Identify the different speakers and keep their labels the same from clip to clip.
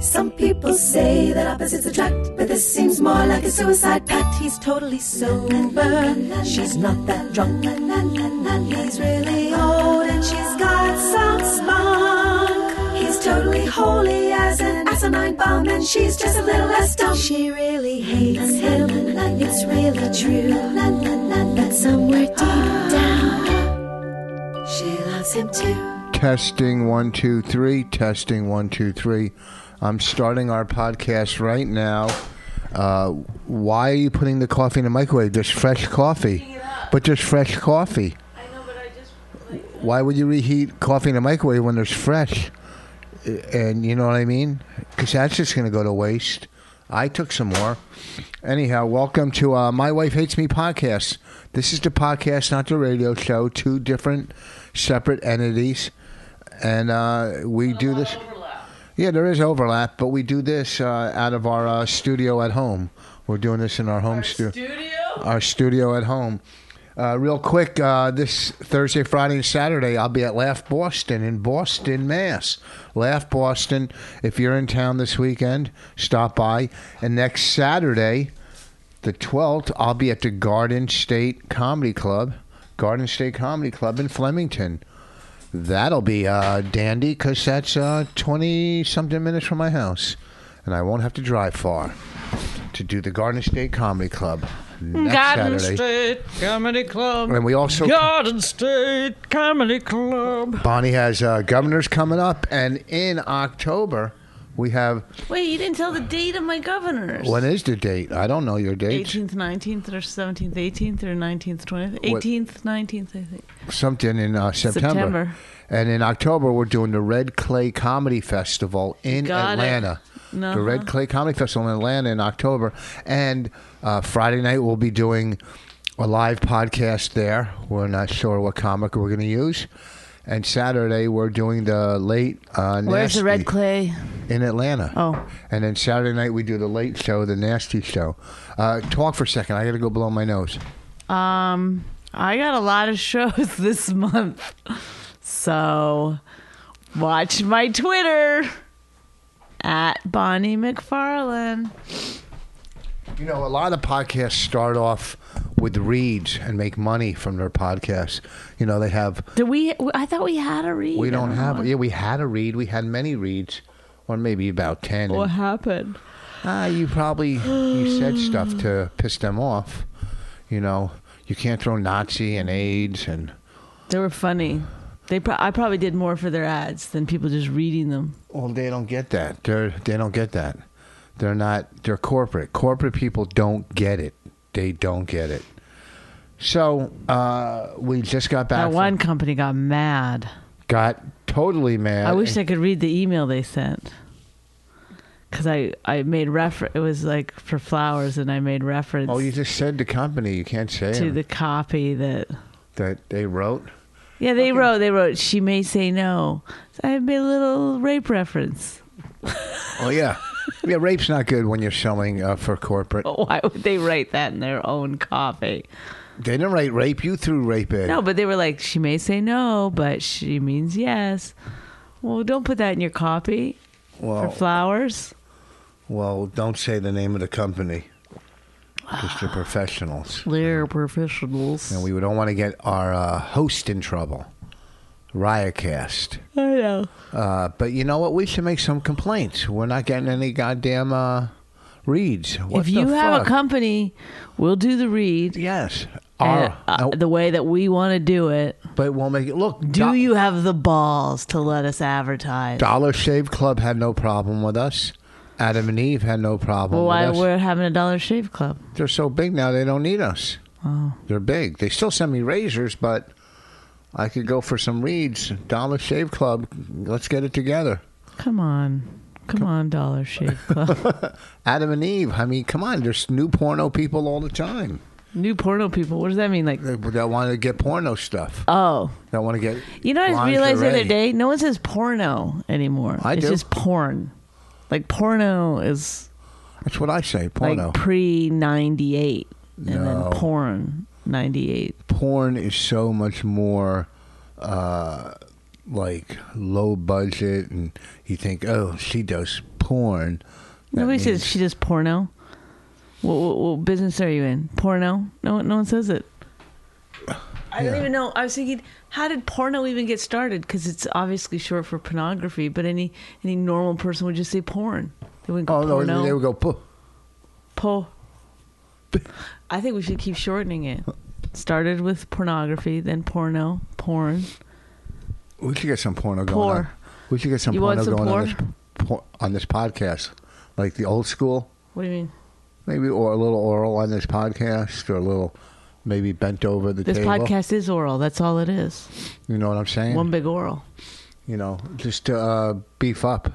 Speaker 1: Some people say that opposites attract, but this seems more like a suicide pact. He's totally sober, she's not that drunk. He's really old and she's got some spunk. He's totally holy as an asinine bomb, and she's just a little less dumb. She really hates him, it's really true. But somewhere deep down, she loves him too.
Speaker 2: Testing one, two, three. Testing one, two, three. I'm starting our podcast right now. Uh, why are you putting the coffee in the microwave? Just fresh coffee. But just fresh coffee. I know, but I just. Why would you reheat coffee in the microwave when it's fresh? Uh, And you know what I mean? Because that's just going to go to waste. I took some more. Anyhow, welcome to uh, My Wife Hates Me podcast. This is the podcast, not the radio show. Two different, separate entities, and uh, we do this. Yeah, there is overlap, but we do this uh, out of our uh, studio at home. We're doing this in our home studio. Our studio at home. Uh, real quick, uh, this Thursday, Friday, and Saturday, I'll be at Laugh Boston in Boston, Mass. Laugh Boston. If you're in town this weekend, stop by. And next Saturday, the 12th, I'll be at the Garden State Comedy Club, Garden State Comedy Club in Flemington. That'll be uh, dandy because that's uh, 20 something minutes from my house. And I won't have to drive far to do the Garden State Comedy Club next
Speaker 3: Garden
Speaker 2: Saturday.
Speaker 3: State Comedy Club.
Speaker 2: And we also-
Speaker 3: Garden State Comedy Club.
Speaker 2: Bonnie has uh, governors coming up, and in October we have.
Speaker 4: Wait, you didn't tell the date of my governors.
Speaker 2: When is the date? I don't know your dates.
Speaker 4: 18th, 19th, or 17th, 18th, or 19th, 20th,
Speaker 2: What-
Speaker 4: 18th, 19th, I think.
Speaker 2: Something in uh, September.
Speaker 4: September.
Speaker 2: And in October we're doing the Red Clay Comedy Festival in
Speaker 4: Got it.
Speaker 2: Atlanta.
Speaker 4: Uh-huh.
Speaker 2: The Red Clay Comedy Festival in Atlanta in October, and uh, Friday night we'll be doing a live podcast there. We're not sure what comic we're going to use. And Saturday we're doing the late. Uh,
Speaker 4: Where's the red
Speaker 2: Nasty.
Speaker 4: clay?
Speaker 2: in Atlanta.
Speaker 4: Oh.
Speaker 2: And then Saturday night we do the late show, the nasty show. Uh, talk for a second. I got to go blow my nose.
Speaker 4: Um, I got a lot of shows this month. So watch my Twitter at Bonnie McFarlane.
Speaker 2: You know, a lot of podcasts start off with reads and make money from their podcasts. You know, they have.
Speaker 4: Do we? I thought we had a read.
Speaker 2: We don't
Speaker 4: on
Speaker 2: have.
Speaker 4: one.
Speaker 2: Yeah, we had a read. We had many reads, or maybe about ten.
Speaker 4: What
Speaker 2: And,
Speaker 4: happened?
Speaker 2: ah, you probably you said stuff to piss them off. You know, you can't throw Nazi and AIDS and.
Speaker 4: They were funny. They pro- I probably did more for their ads than people just reading them.
Speaker 2: Well, they don't get that. They're they don't get that. They're not. They're corporate. Corporate people don't get it. They don't get it. So uh, we just got back.
Speaker 4: That
Speaker 2: from-
Speaker 4: one company got mad.
Speaker 2: got totally mad.
Speaker 4: I wish
Speaker 2: and
Speaker 4: I could read the email they sent because I I made refer. It was like for flowers, and I made reference
Speaker 2: Oh, you just said the company. You can't say
Speaker 4: to
Speaker 2: it.
Speaker 4: the copy that.
Speaker 2: that they wrote.
Speaker 4: Yeah, they wrote. They wrote. She may say no. So I made a little rape reference.
Speaker 2: Oh yeah, yeah. Rape's not good when you're selling uh, for corporate.
Speaker 4: But why would they write that in their own copy?
Speaker 2: They didn't write rape. You threw rape in.
Speaker 4: No, but they were like, she may say no, but she means yes. Well, don't put that in your copy
Speaker 2: well,
Speaker 4: for flowers.
Speaker 2: well, don't say the name of the company. Just the
Speaker 4: Ah.
Speaker 2: professionals.
Speaker 4: They're professionals.
Speaker 2: And we don't want to get our uh, host in trouble, Riotcast.
Speaker 4: I know.
Speaker 2: Uh, but you know what? We should make some complaints. We're not getting any goddamn uh, reads. What
Speaker 4: if
Speaker 2: the
Speaker 4: you have a
Speaker 2: fuck?
Speaker 4: company, we'll do the read.
Speaker 2: yes,
Speaker 4: and,
Speaker 2: Our-
Speaker 4: uh,
Speaker 2: no,
Speaker 4: the way that we want to do it.
Speaker 2: but we'll make it look.
Speaker 4: Do
Speaker 2: Do-
Speaker 4: you have the balls to let us advertise?
Speaker 2: Dollar Shave Club had no problem with us. Adam and Eve had no problem.
Speaker 4: Well,
Speaker 2: with
Speaker 4: why
Speaker 2: us.
Speaker 4: we're having a Dollar Shave Club?
Speaker 2: They're so big now they don't need us.
Speaker 4: Oh.
Speaker 2: They're big. They still send me razors, but I could go for some reads. Dollar Shave Club. Let's get it together.
Speaker 4: Come on, come on, Dollar Shave Club.
Speaker 2: Adam and Eve. I mean, come on, there's new porno people all the time.
Speaker 4: New porno people. What does that mean? Like,
Speaker 2: That that want to get porno stuff.
Speaker 4: oh,
Speaker 2: That want to get.
Speaker 4: you know, I just realized the other
Speaker 2: lingerie.
Speaker 4: day, no one says porno anymore.
Speaker 2: I
Speaker 4: it's
Speaker 2: do.
Speaker 4: just porn. Like porno is
Speaker 2: That's what I say.
Speaker 4: like
Speaker 2: Porno.
Speaker 4: pre ninety eight, and
Speaker 2: No.
Speaker 4: then porn ninety eight.
Speaker 2: porn is so much more uh, like low budget, and you think, oh, she does porn. That
Speaker 4: Nobody
Speaker 2: means-
Speaker 4: says she does porno. What, what, what business are you in? Porno? No, no one says it. I don't
Speaker 2: Yeah.
Speaker 4: even know. I was thinking, how did porno even get started? Because it's obviously short for pornography. But any any normal person would just say porn. They wouldn't go
Speaker 2: Oh no,
Speaker 4: porno.
Speaker 2: they would go. "Po-
Speaker 4: Po. I think we should keep shortening it. Started with pornography, then porno, porn.
Speaker 2: We should get some porno going
Speaker 4: Por.
Speaker 2: on. We should get some
Speaker 4: You want
Speaker 2: porno
Speaker 4: some
Speaker 2: going on
Speaker 4: por?
Speaker 2: this, por- on this podcast, like the old school,
Speaker 4: What do you mean?
Speaker 2: maybe, or a little oral on this podcast, or a little maybe bent over the
Speaker 4: This
Speaker 2: table.
Speaker 4: podcast is oral. That's all it is.
Speaker 2: You know what I'm saying?
Speaker 4: One big oral.
Speaker 2: you know, just to uh, beef up.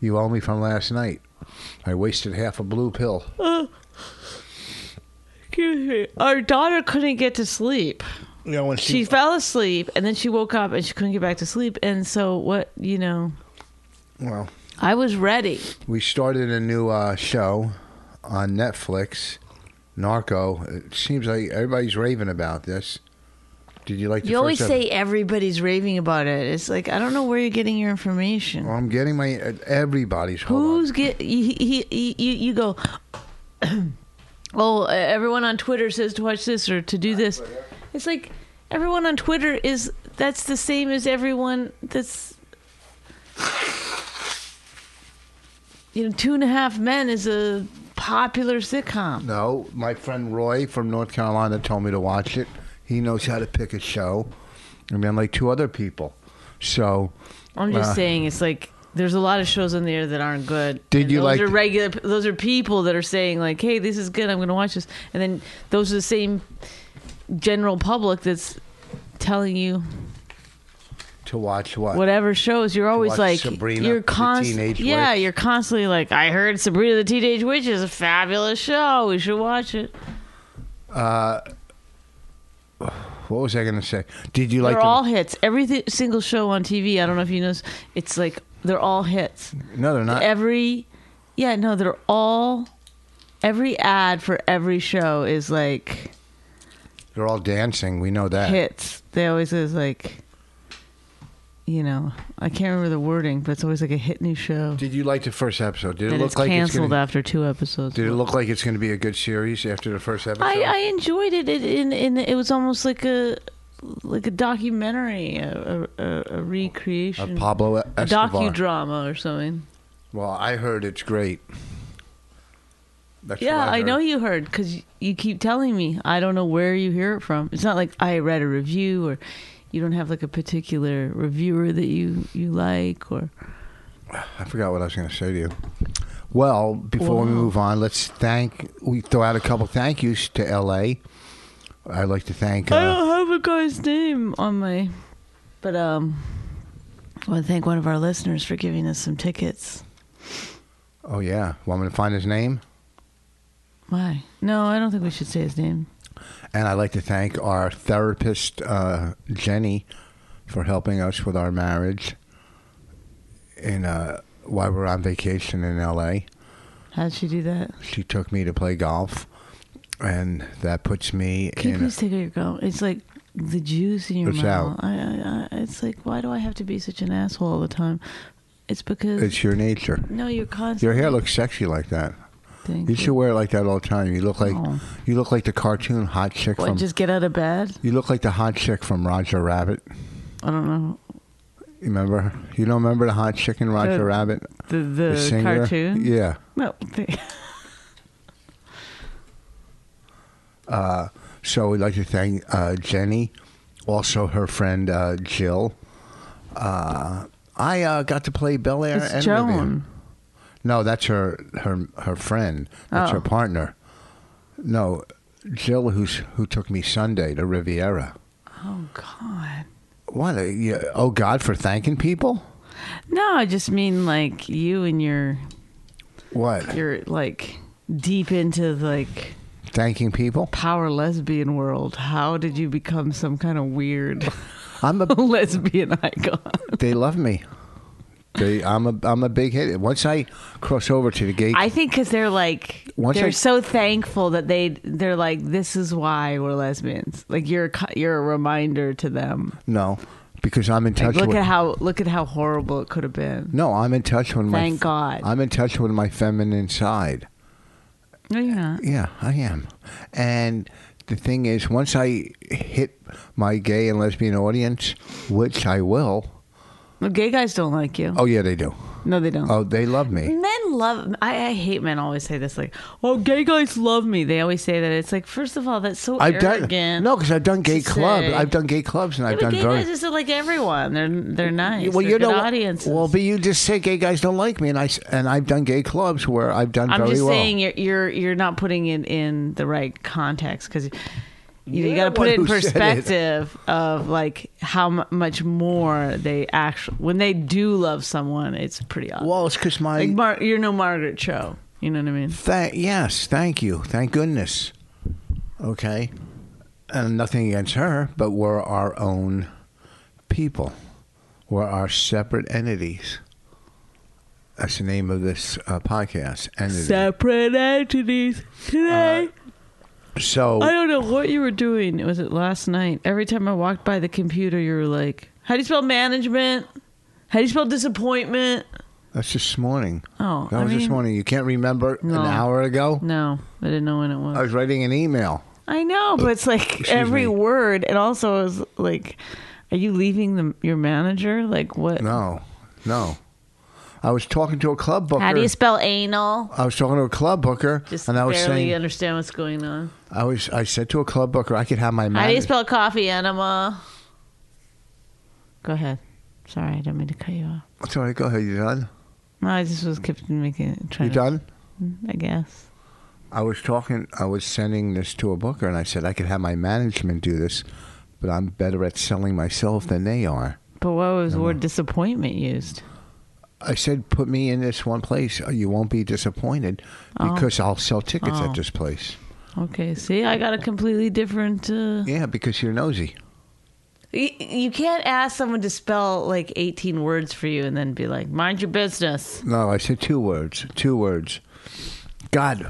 Speaker 2: You owe me from last night. I wasted half a blue pill.
Speaker 4: Excuse me. Our daughter couldn't get to sleep.
Speaker 2: You know, when
Speaker 4: she, fell asleep and then she woke up and she couldn't get back to sleep and so what you know
Speaker 2: well,
Speaker 4: i was ready
Speaker 2: we started a new uh, show on Netflix, Narco. It seems like everybody's raving about this. Did you like? The
Speaker 4: you always
Speaker 2: first episode?
Speaker 4: say everybody's raving about it it's like i don't know where you're getting your information
Speaker 2: Well, I'm getting my uh, everybody's. Hold on.
Speaker 4: who's get you, he, he, you you go oh everyone on twitter says to watch this or to do this it's like everyone on twitter is that's the same as everyone that's you know two and a half men is a popular sitcom
Speaker 2: No, my friend Roy from North Carolina told me to watch it. He knows how to pick a show. I mean, like two other people. So,
Speaker 4: I'm just
Speaker 2: Uh,
Speaker 4: saying, it's like there's a lot of shows on there that aren't good.
Speaker 2: Did
Speaker 4: And
Speaker 2: you
Speaker 4: those
Speaker 2: like-
Speaker 4: Are regular, those are people that are saying like, "Hey, this is good. I'm going to watch this," and then those are the same general public that's telling you
Speaker 2: to watch what?
Speaker 4: whatever shows. You're always
Speaker 2: watch
Speaker 4: like,
Speaker 2: Sabrina
Speaker 4: you're
Speaker 2: the Teenage
Speaker 4: yeah,
Speaker 2: Witch.
Speaker 4: you're constantly like, "I heard Sabrina the Teenage Witch is a fabulous show. We should watch it."
Speaker 2: What was I going to say? Did you like?
Speaker 4: they're
Speaker 2: the-
Speaker 4: all hits. Every th- single show on TV. I don't know if you know. It's like they're all hits.
Speaker 2: no, they're not.
Speaker 4: every yeah no they're all every ad for every show is like
Speaker 2: they're all dancing. We know that.
Speaker 4: hits they always is like you know i can't remember the wording but it's always like a hit new show
Speaker 2: Did you like the first episode? Did it
Speaker 4: that
Speaker 2: look
Speaker 4: is
Speaker 2: like it's
Speaker 4: canceled
Speaker 2: gonna,
Speaker 4: after two episodes
Speaker 2: Did it look like it's going to be a good series after the first episode?
Speaker 4: i i enjoyed it it in, in it was almost like a like a documentary a, a, a, a recreation
Speaker 2: Of Pablo
Speaker 4: a
Speaker 2: Escobar.
Speaker 4: docudrama or something
Speaker 2: well, I heard it's great. That's
Speaker 4: Yeah,
Speaker 2: what
Speaker 4: I,
Speaker 2: heard.
Speaker 4: know you heard because you keep telling me. I don't know where you hear it from. It's not like I read a review or you don't have like a particular reviewer that you you like or
Speaker 2: I forgot what I was going to say to you. Well, before we
Speaker 4: Wow.
Speaker 2: move on, let's thank. We throw out a couple thank yous to L.A. I'd like to thank.
Speaker 4: I
Speaker 2: Uh,
Speaker 4: don't have a guy's name on my. But um, I want to thank one of our listeners for giving us some tickets.
Speaker 2: oh yeah, want me to find his name?
Speaker 4: Why? No, I don't think we should say his name.
Speaker 2: And I'd like to thank our therapist, uh, Jenny, for helping us with our marriage and uh, while we we're on vacation in LA.
Speaker 4: How'd she do that?
Speaker 2: She took me to play golf, and that puts me
Speaker 4: Can you
Speaker 2: in.
Speaker 4: please take out your gum? It's like the juice in your
Speaker 2: It's
Speaker 4: mouth.
Speaker 2: out.
Speaker 4: I, I, I, it's like why do I have to be such an asshole all the time? It's because
Speaker 2: It's your nature.
Speaker 4: No, you're
Speaker 2: Your
Speaker 4: constantly.
Speaker 2: hair looks sexy like that.
Speaker 4: Thank
Speaker 2: You
Speaker 4: you.
Speaker 2: should wear it like that all the time. You look like
Speaker 4: Oh.
Speaker 2: you look like the cartoon hot chick
Speaker 4: What,
Speaker 2: from.
Speaker 4: just get out of bed?
Speaker 2: you look like the hot chick from Roger Rabbit.
Speaker 4: I don't know.
Speaker 2: You remember? You don't remember the hot chick in Roger
Speaker 4: The-
Speaker 2: Rabbit?
Speaker 4: The the,
Speaker 2: The singer?
Speaker 4: cartoon?
Speaker 2: Yeah.
Speaker 4: No. the-
Speaker 2: So we'd like to thank uh, Jenny, also her friend uh, Jill. Uh, I uh, got to play Bel Air.
Speaker 4: It's
Speaker 2: and
Speaker 4: Joan.
Speaker 2: No, that's her her her friend. That's
Speaker 4: Oh.
Speaker 2: her partner. No, Jill, who's who took me Sunday to Riviera.
Speaker 4: Oh God.
Speaker 2: What? uh, you, oh God, for thanking people.
Speaker 4: No, I just mean like you and your
Speaker 2: What?
Speaker 4: you're like deep into like
Speaker 2: thanking people.
Speaker 4: Power lesbian world. How did you become some kind of weird
Speaker 2: I'm a.
Speaker 4: lesbian icon?
Speaker 2: they love me. They, I'm a. I'm a big hit. Once I cross over to the gay
Speaker 4: I think because they're like
Speaker 2: Once
Speaker 4: they're
Speaker 2: I-
Speaker 4: so thankful that they they're like this is why we're lesbians. Like you're a co- you're a reminder to them.
Speaker 2: No, because I'm in
Speaker 4: Like,
Speaker 2: touch
Speaker 4: look
Speaker 2: with.
Speaker 4: at how look at how horrible it could have been.
Speaker 2: no, I'm in touch with my.
Speaker 4: Thank God.
Speaker 2: I'm in touch with my feminine side.
Speaker 4: No, you're not.
Speaker 2: Yeah, I am. And the thing is, once I hit my gay and lesbian audience, which I will.
Speaker 4: No, gay guys don't like you.
Speaker 2: Oh yeah, they do.
Speaker 4: No, they don't.
Speaker 2: Oh, they love me.
Speaker 4: Men love. I, I hate men. Always say this, like, "Oh, gay guys love me." They always say that. It's like, first of all, that's so
Speaker 2: I've
Speaker 4: arrogant.
Speaker 2: done no, because I've done gay
Speaker 4: to
Speaker 2: clubs.
Speaker 4: say.
Speaker 2: I've done gay clubs, and
Speaker 4: Yeah,
Speaker 2: I've
Speaker 4: but
Speaker 2: done
Speaker 4: gay
Speaker 2: very.
Speaker 4: guys just are like everyone. They're they're nice.
Speaker 2: well,
Speaker 4: they're
Speaker 2: you
Speaker 4: good
Speaker 2: know,
Speaker 4: audiences.
Speaker 2: well, but you just say gay guys don't like me, and I s- and I've done gay clubs where I've done
Speaker 4: I'm
Speaker 2: very
Speaker 4: just
Speaker 2: well.
Speaker 4: saying you're you're you're not putting it in the right context because you,
Speaker 2: You're
Speaker 4: got to
Speaker 2: the
Speaker 4: put
Speaker 2: one
Speaker 4: it in
Speaker 2: who said it.
Speaker 4: perspective of like how mu much more they actually when they do love someone, it's pretty obvious.
Speaker 2: well, it's because my
Speaker 4: like Mar- you're no Margaret Cho. You know what I mean?
Speaker 2: Thank yes, thank you, thank goodness. Okay, and nothing against her, but we're our own people. We're our separate entities. That's the name of this uh, podcast. Entity.
Speaker 4: Separate entities today.
Speaker 2: so
Speaker 4: Uh, I don't know what you were doing. Was it last night? Every time I walked by the computer, you were like, "How do you spell management? How do you spell disappointment?"
Speaker 2: that's this morning.
Speaker 4: Oh,
Speaker 2: that
Speaker 4: I
Speaker 2: was this
Speaker 4: mean-
Speaker 2: morning. You can't remember
Speaker 4: No. Mm.
Speaker 2: an hour ago.
Speaker 4: No, I didn't know when it was.
Speaker 2: I was writing an email.
Speaker 4: I know, but it's like every
Speaker 2: Uh, me.
Speaker 4: word, and also is like, are you leaving the, your manager? Like what?
Speaker 2: No, no. I was talking to a club booker.
Speaker 4: How do you spell anal?
Speaker 2: I was talking to a club booker,
Speaker 4: Just
Speaker 2: and I was
Speaker 4: barely
Speaker 2: saying,
Speaker 4: understand what's going on.
Speaker 2: I was, I said to a club booker, I could have my.
Speaker 4: How do you
Speaker 2: manage-
Speaker 4: spell coffee enema? Go ahead. Sorry, I didn't mean to cut you off.
Speaker 2: It's all right. Go ahead. You done?
Speaker 4: No, I just was kept making trying.
Speaker 2: You
Speaker 4: to-
Speaker 2: done?
Speaker 4: I guess.
Speaker 2: I was talking. I was sending this to a booker, and I said I could have my management do this, but I'm better at selling myself than they are.
Speaker 4: But what was word disappointment used?
Speaker 2: I said, put me in this one place. uh, You won't be disappointed because I'll sell tickets
Speaker 4: Oh.
Speaker 2: at this place.
Speaker 4: Okay, see, I got a completely different. Uh,
Speaker 2: Yeah, because you're nosy.
Speaker 4: Y- you can't ask someone to spell like 18 words for you and then be like, mind your business.
Speaker 2: No, I said two words. Two words. God,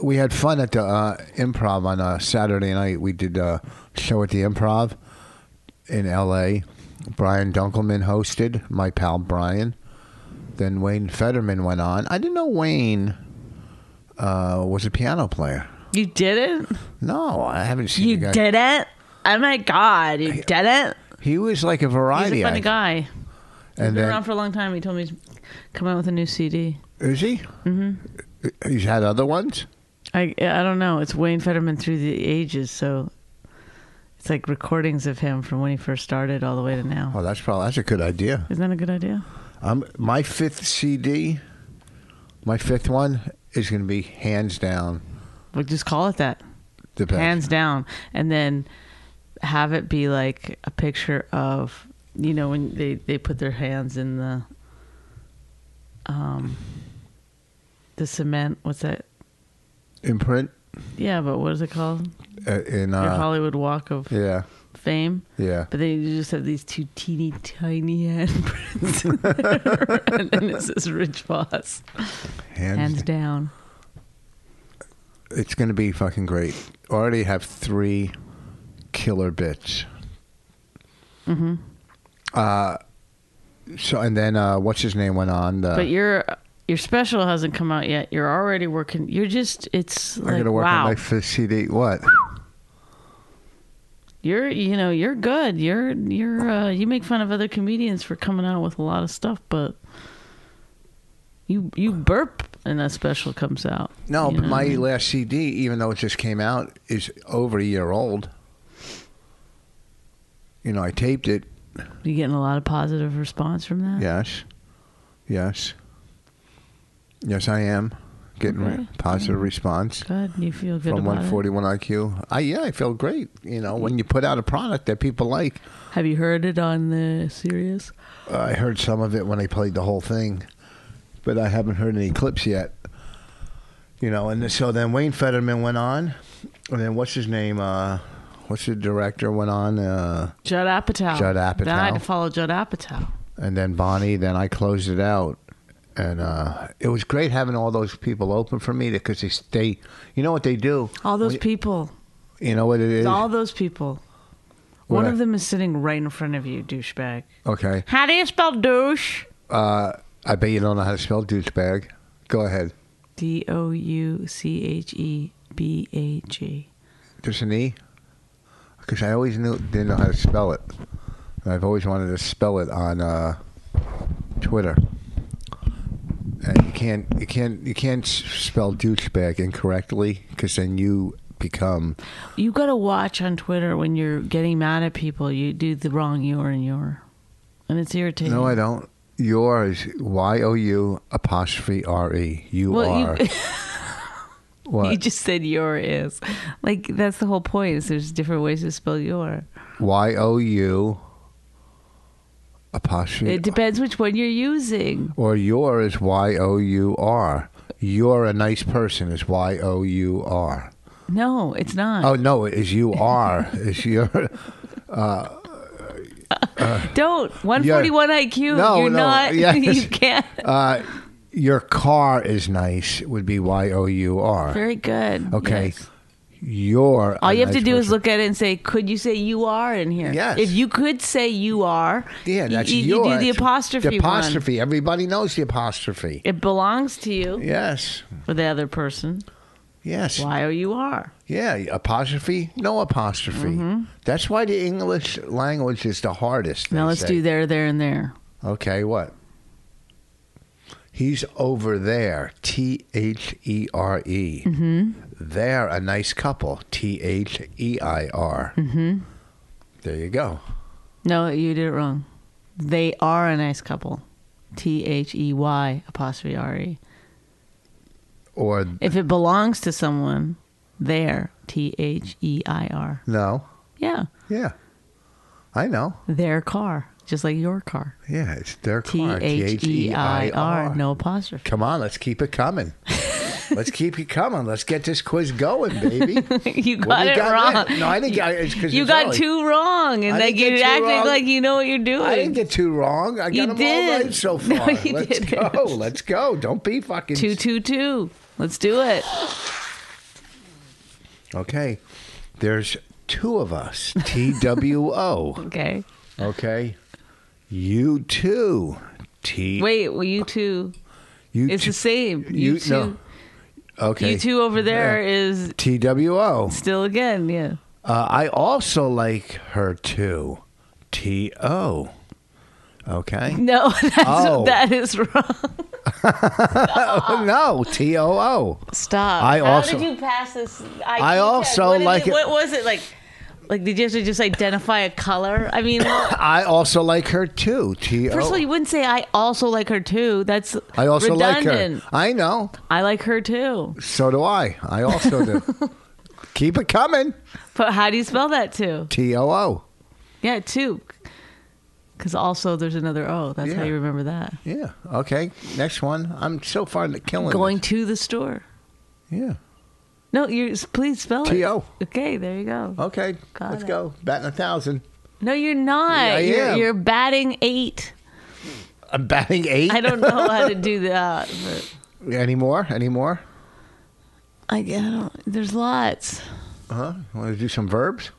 Speaker 2: we had fun at the uh, improv on a Saturday night. We did a show at the improv in L.A. Brian Dunkelman hosted, my pal Brian. Then Wayne Fetterman went on. I didn't know Wayne uh, was a piano player.
Speaker 4: You didn't?
Speaker 2: No, I haven't seen
Speaker 4: You
Speaker 2: the guy.
Speaker 4: didn't? Oh my god, you didn't?
Speaker 2: He was like a
Speaker 4: He's
Speaker 2: variety
Speaker 4: a funny
Speaker 2: act.
Speaker 4: guy. He's
Speaker 2: And
Speaker 4: been
Speaker 2: then-
Speaker 4: around for a long time. He told me he's coming out with a new CD.
Speaker 2: Is he? Mm-hmm. He's had other ones.
Speaker 4: I I don't know. It's Wayne Fetterman through the ages, so it's like recordings of him from when he first started all the way to now.
Speaker 2: Oh, that's probably that's a good idea.
Speaker 4: Isn't that a good idea?
Speaker 2: Um, my fifth CD, my fifth one is going to be hands down
Speaker 4: Like just call it that.
Speaker 2: the best.
Speaker 4: hands down and then have it be like a picture of you know when they they put their hands in the um the cement what's that
Speaker 2: imprint
Speaker 4: yeah but what is it called
Speaker 2: uh, in
Speaker 4: your
Speaker 2: uh,
Speaker 4: hollywood walk of
Speaker 2: yeah,
Speaker 4: fame
Speaker 2: yeah.
Speaker 4: but then you just have these two teeny tiny handprints in there, and then it says rich boss
Speaker 2: Hands,
Speaker 4: hands down
Speaker 2: It's going to be fucking great. Already have three killer bits. Mm-hmm. Uh, so and then uh, what's his name went on. The,
Speaker 4: but your your special hasn't come out yet you're already working you're just it's
Speaker 2: I'm
Speaker 4: like
Speaker 2: going to work
Speaker 4: wow
Speaker 2: on my fifth CD. What?
Speaker 4: You're, you know, you're good. You're, you're, uh, you make fun of other comedians for coming out with a lot of stuff, but you, you burp and that special comes out.
Speaker 2: No,
Speaker 4: you
Speaker 2: but
Speaker 4: know
Speaker 2: my
Speaker 4: what I mean?
Speaker 2: last CD, even though it just came out, is over a year old. You know, I taped it
Speaker 4: you getting a lot of positive response from that.
Speaker 2: Yes. Yes. Yes, I am getting re-
Speaker 4: Okay.
Speaker 2: positive response
Speaker 4: Good. You feel good
Speaker 2: from
Speaker 4: about
Speaker 2: 141 IQ. I yeah, I feel great. You know, when you put out a product that people like.
Speaker 4: it. Have you heard it on the series?
Speaker 2: I heard some of it when I played the whole thing, but I haven't heard any clips yet. You know, and so then Wayne Fetterman went on, And then what's his name? Uh, what's the director went on? Uh,
Speaker 4: Judd Apatow.
Speaker 2: Judd
Speaker 4: Then I had to
Speaker 2: Apatow.
Speaker 4: follow Judd Apatow.
Speaker 2: and then Bonnie. Then I closed it out, and uh, it was great having all those people open for me because they stay. You know what they do?
Speaker 4: All those
Speaker 2: Well,
Speaker 4: people.
Speaker 2: You know what it is?
Speaker 4: All those people.
Speaker 2: What
Speaker 4: One
Speaker 2: I-
Speaker 4: of them is sitting right in front of you, douchebag.
Speaker 2: Okay.
Speaker 4: How do you spell douche?
Speaker 2: Uh, I bet you don't know how to spell douchebag. Go ahead.
Speaker 4: D O U C H E B A G.
Speaker 2: There's an E. Because I always knew didn't know how to spell it. And I've always wanted to spell it on uh, Twitter. And you can't you can't you can't s- spell douchebag incorrectly because then you become
Speaker 4: You got to watch on Twitter when you're getting mad at people. You do the wrong your and your, and it's irritating.
Speaker 2: no I don't yours Y O U apostrophe R E you
Speaker 4: Well, you-
Speaker 2: are what
Speaker 4: You just said your is, like that's the whole point. Is there's different ways to spell your.
Speaker 2: Y O U apostrophe
Speaker 4: It depends which one you're using.
Speaker 2: or your is Y O U R you're a nice person is Y O U R
Speaker 4: No, it's not.
Speaker 2: Oh no, it's you are. It's your
Speaker 4: Don't 141 IQ.
Speaker 2: No,
Speaker 4: you're
Speaker 2: no,
Speaker 4: not.
Speaker 2: yes.
Speaker 4: You can't.
Speaker 2: uh, your car is nice would be Y O U R.
Speaker 4: Very good.
Speaker 2: Okay.
Speaker 4: Yes.
Speaker 2: Your
Speaker 4: All you have to do is look at it and say, "Could you say you are in here?"
Speaker 2: Yes.
Speaker 4: If you could say you are,
Speaker 2: Yeah,
Speaker 4: y-
Speaker 2: that's
Speaker 4: you,
Speaker 2: your
Speaker 4: You do the apostrophe.
Speaker 2: The
Speaker 4: One.
Speaker 2: apostrophe. Everybody knows the apostrophe.
Speaker 4: It belongs to you
Speaker 2: Yes.
Speaker 4: for the other person.
Speaker 2: Yes.
Speaker 4: Why are you are?
Speaker 2: Yeah. Apostrophe. No apostrophe. That's why the English language is the hardest.
Speaker 4: Mm-hmm. now
Speaker 2: they
Speaker 4: let's
Speaker 2: say.
Speaker 4: do there, there, and there.
Speaker 2: Okay. What? He's over there. T H E R E.
Speaker 4: Mm-hmm.
Speaker 2: They're a nice couple. T H E I R.
Speaker 4: Mm-hmm.
Speaker 2: There you go.
Speaker 4: No, you did it wrong. They are a nice couple. T H E Y apostrophe R E.
Speaker 2: Or
Speaker 4: If it belongs to someone, there. T H E I R.
Speaker 2: no.
Speaker 4: Yeah,
Speaker 2: Yeah. I know.
Speaker 4: their car, just like your car.
Speaker 2: Yeah, it's their
Speaker 4: T
Speaker 2: car.
Speaker 4: H E I R. No apostrophe.
Speaker 2: Come on, let's keep it coming. let's keep it coming. Let's get this quiz going, baby.
Speaker 4: you
Speaker 2: What
Speaker 4: got
Speaker 2: do you
Speaker 4: it
Speaker 2: got
Speaker 4: wrong.
Speaker 2: there? No, I didn't get it. It's 'cause
Speaker 4: You
Speaker 2: it's
Speaker 4: got
Speaker 2: early.
Speaker 4: two wrong, and
Speaker 2: I
Speaker 4: like
Speaker 2: didn't get
Speaker 4: you're
Speaker 2: two
Speaker 4: acting
Speaker 2: wrong.
Speaker 4: like you know what you're doing.
Speaker 2: I didn't get two wrong. I got
Speaker 4: You
Speaker 2: them all
Speaker 4: did.
Speaker 2: right so
Speaker 4: No,
Speaker 2: far.
Speaker 4: you
Speaker 2: let's
Speaker 4: didn't.
Speaker 2: go. Let's go. Don't be fucking.
Speaker 4: two, two, two. Let's do it.
Speaker 2: Okay. There's two of us. T W O.
Speaker 4: Okay.
Speaker 2: Okay. You two. T.
Speaker 4: Wait, well, you two.
Speaker 2: You
Speaker 4: It's
Speaker 2: two-
Speaker 4: the same. You,
Speaker 2: You
Speaker 4: two.
Speaker 2: no. Okay.
Speaker 4: You two over there is
Speaker 2: T W O.
Speaker 4: still again. Yeah.
Speaker 2: Uh, I also like her too. T O. Okay.
Speaker 4: No, that's,
Speaker 2: Oh.
Speaker 4: that is wrong.
Speaker 2: Oh no, T O O.
Speaker 4: Stop.
Speaker 2: I
Speaker 4: How
Speaker 2: also-
Speaker 4: did you pass this?
Speaker 2: I
Speaker 4: IQ
Speaker 2: also
Speaker 4: test? What did
Speaker 2: like it-
Speaker 4: What was it like? Like, did you have to just identify a color? I mean,
Speaker 2: I also like her too. T
Speaker 4: first of all, you
Speaker 2: O.
Speaker 4: wouldn't say I also like her too. That's
Speaker 2: I also
Speaker 4: redundant.
Speaker 2: like her. I know.
Speaker 4: I like her too.
Speaker 2: So do I. I also do. Keep it coming.
Speaker 4: But how do you spell that too?
Speaker 2: T O O.
Speaker 4: Yeah, too. Because also there's another O. That's how
Speaker 2: Yeah.
Speaker 4: you remember that.
Speaker 2: Yeah. Okay. Next one. I'm so far killing.
Speaker 4: Going to the store.
Speaker 2: This. Yeah.
Speaker 4: No, you please spell it.
Speaker 2: T.O..
Speaker 4: Okay, there you go.
Speaker 2: Okay.
Speaker 4: Got
Speaker 2: Let's
Speaker 4: it.
Speaker 2: go. Batting a thousand.
Speaker 4: No, you're not.
Speaker 2: Yeah, I
Speaker 4: you're,
Speaker 2: am.
Speaker 4: you're batting eight.
Speaker 2: I'm batting eight.
Speaker 4: I don't know how to do that. But
Speaker 2: Any more? Any more?
Speaker 4: I, I don't. There's lots.
Speaker 2: Huh? Want to do some verbs?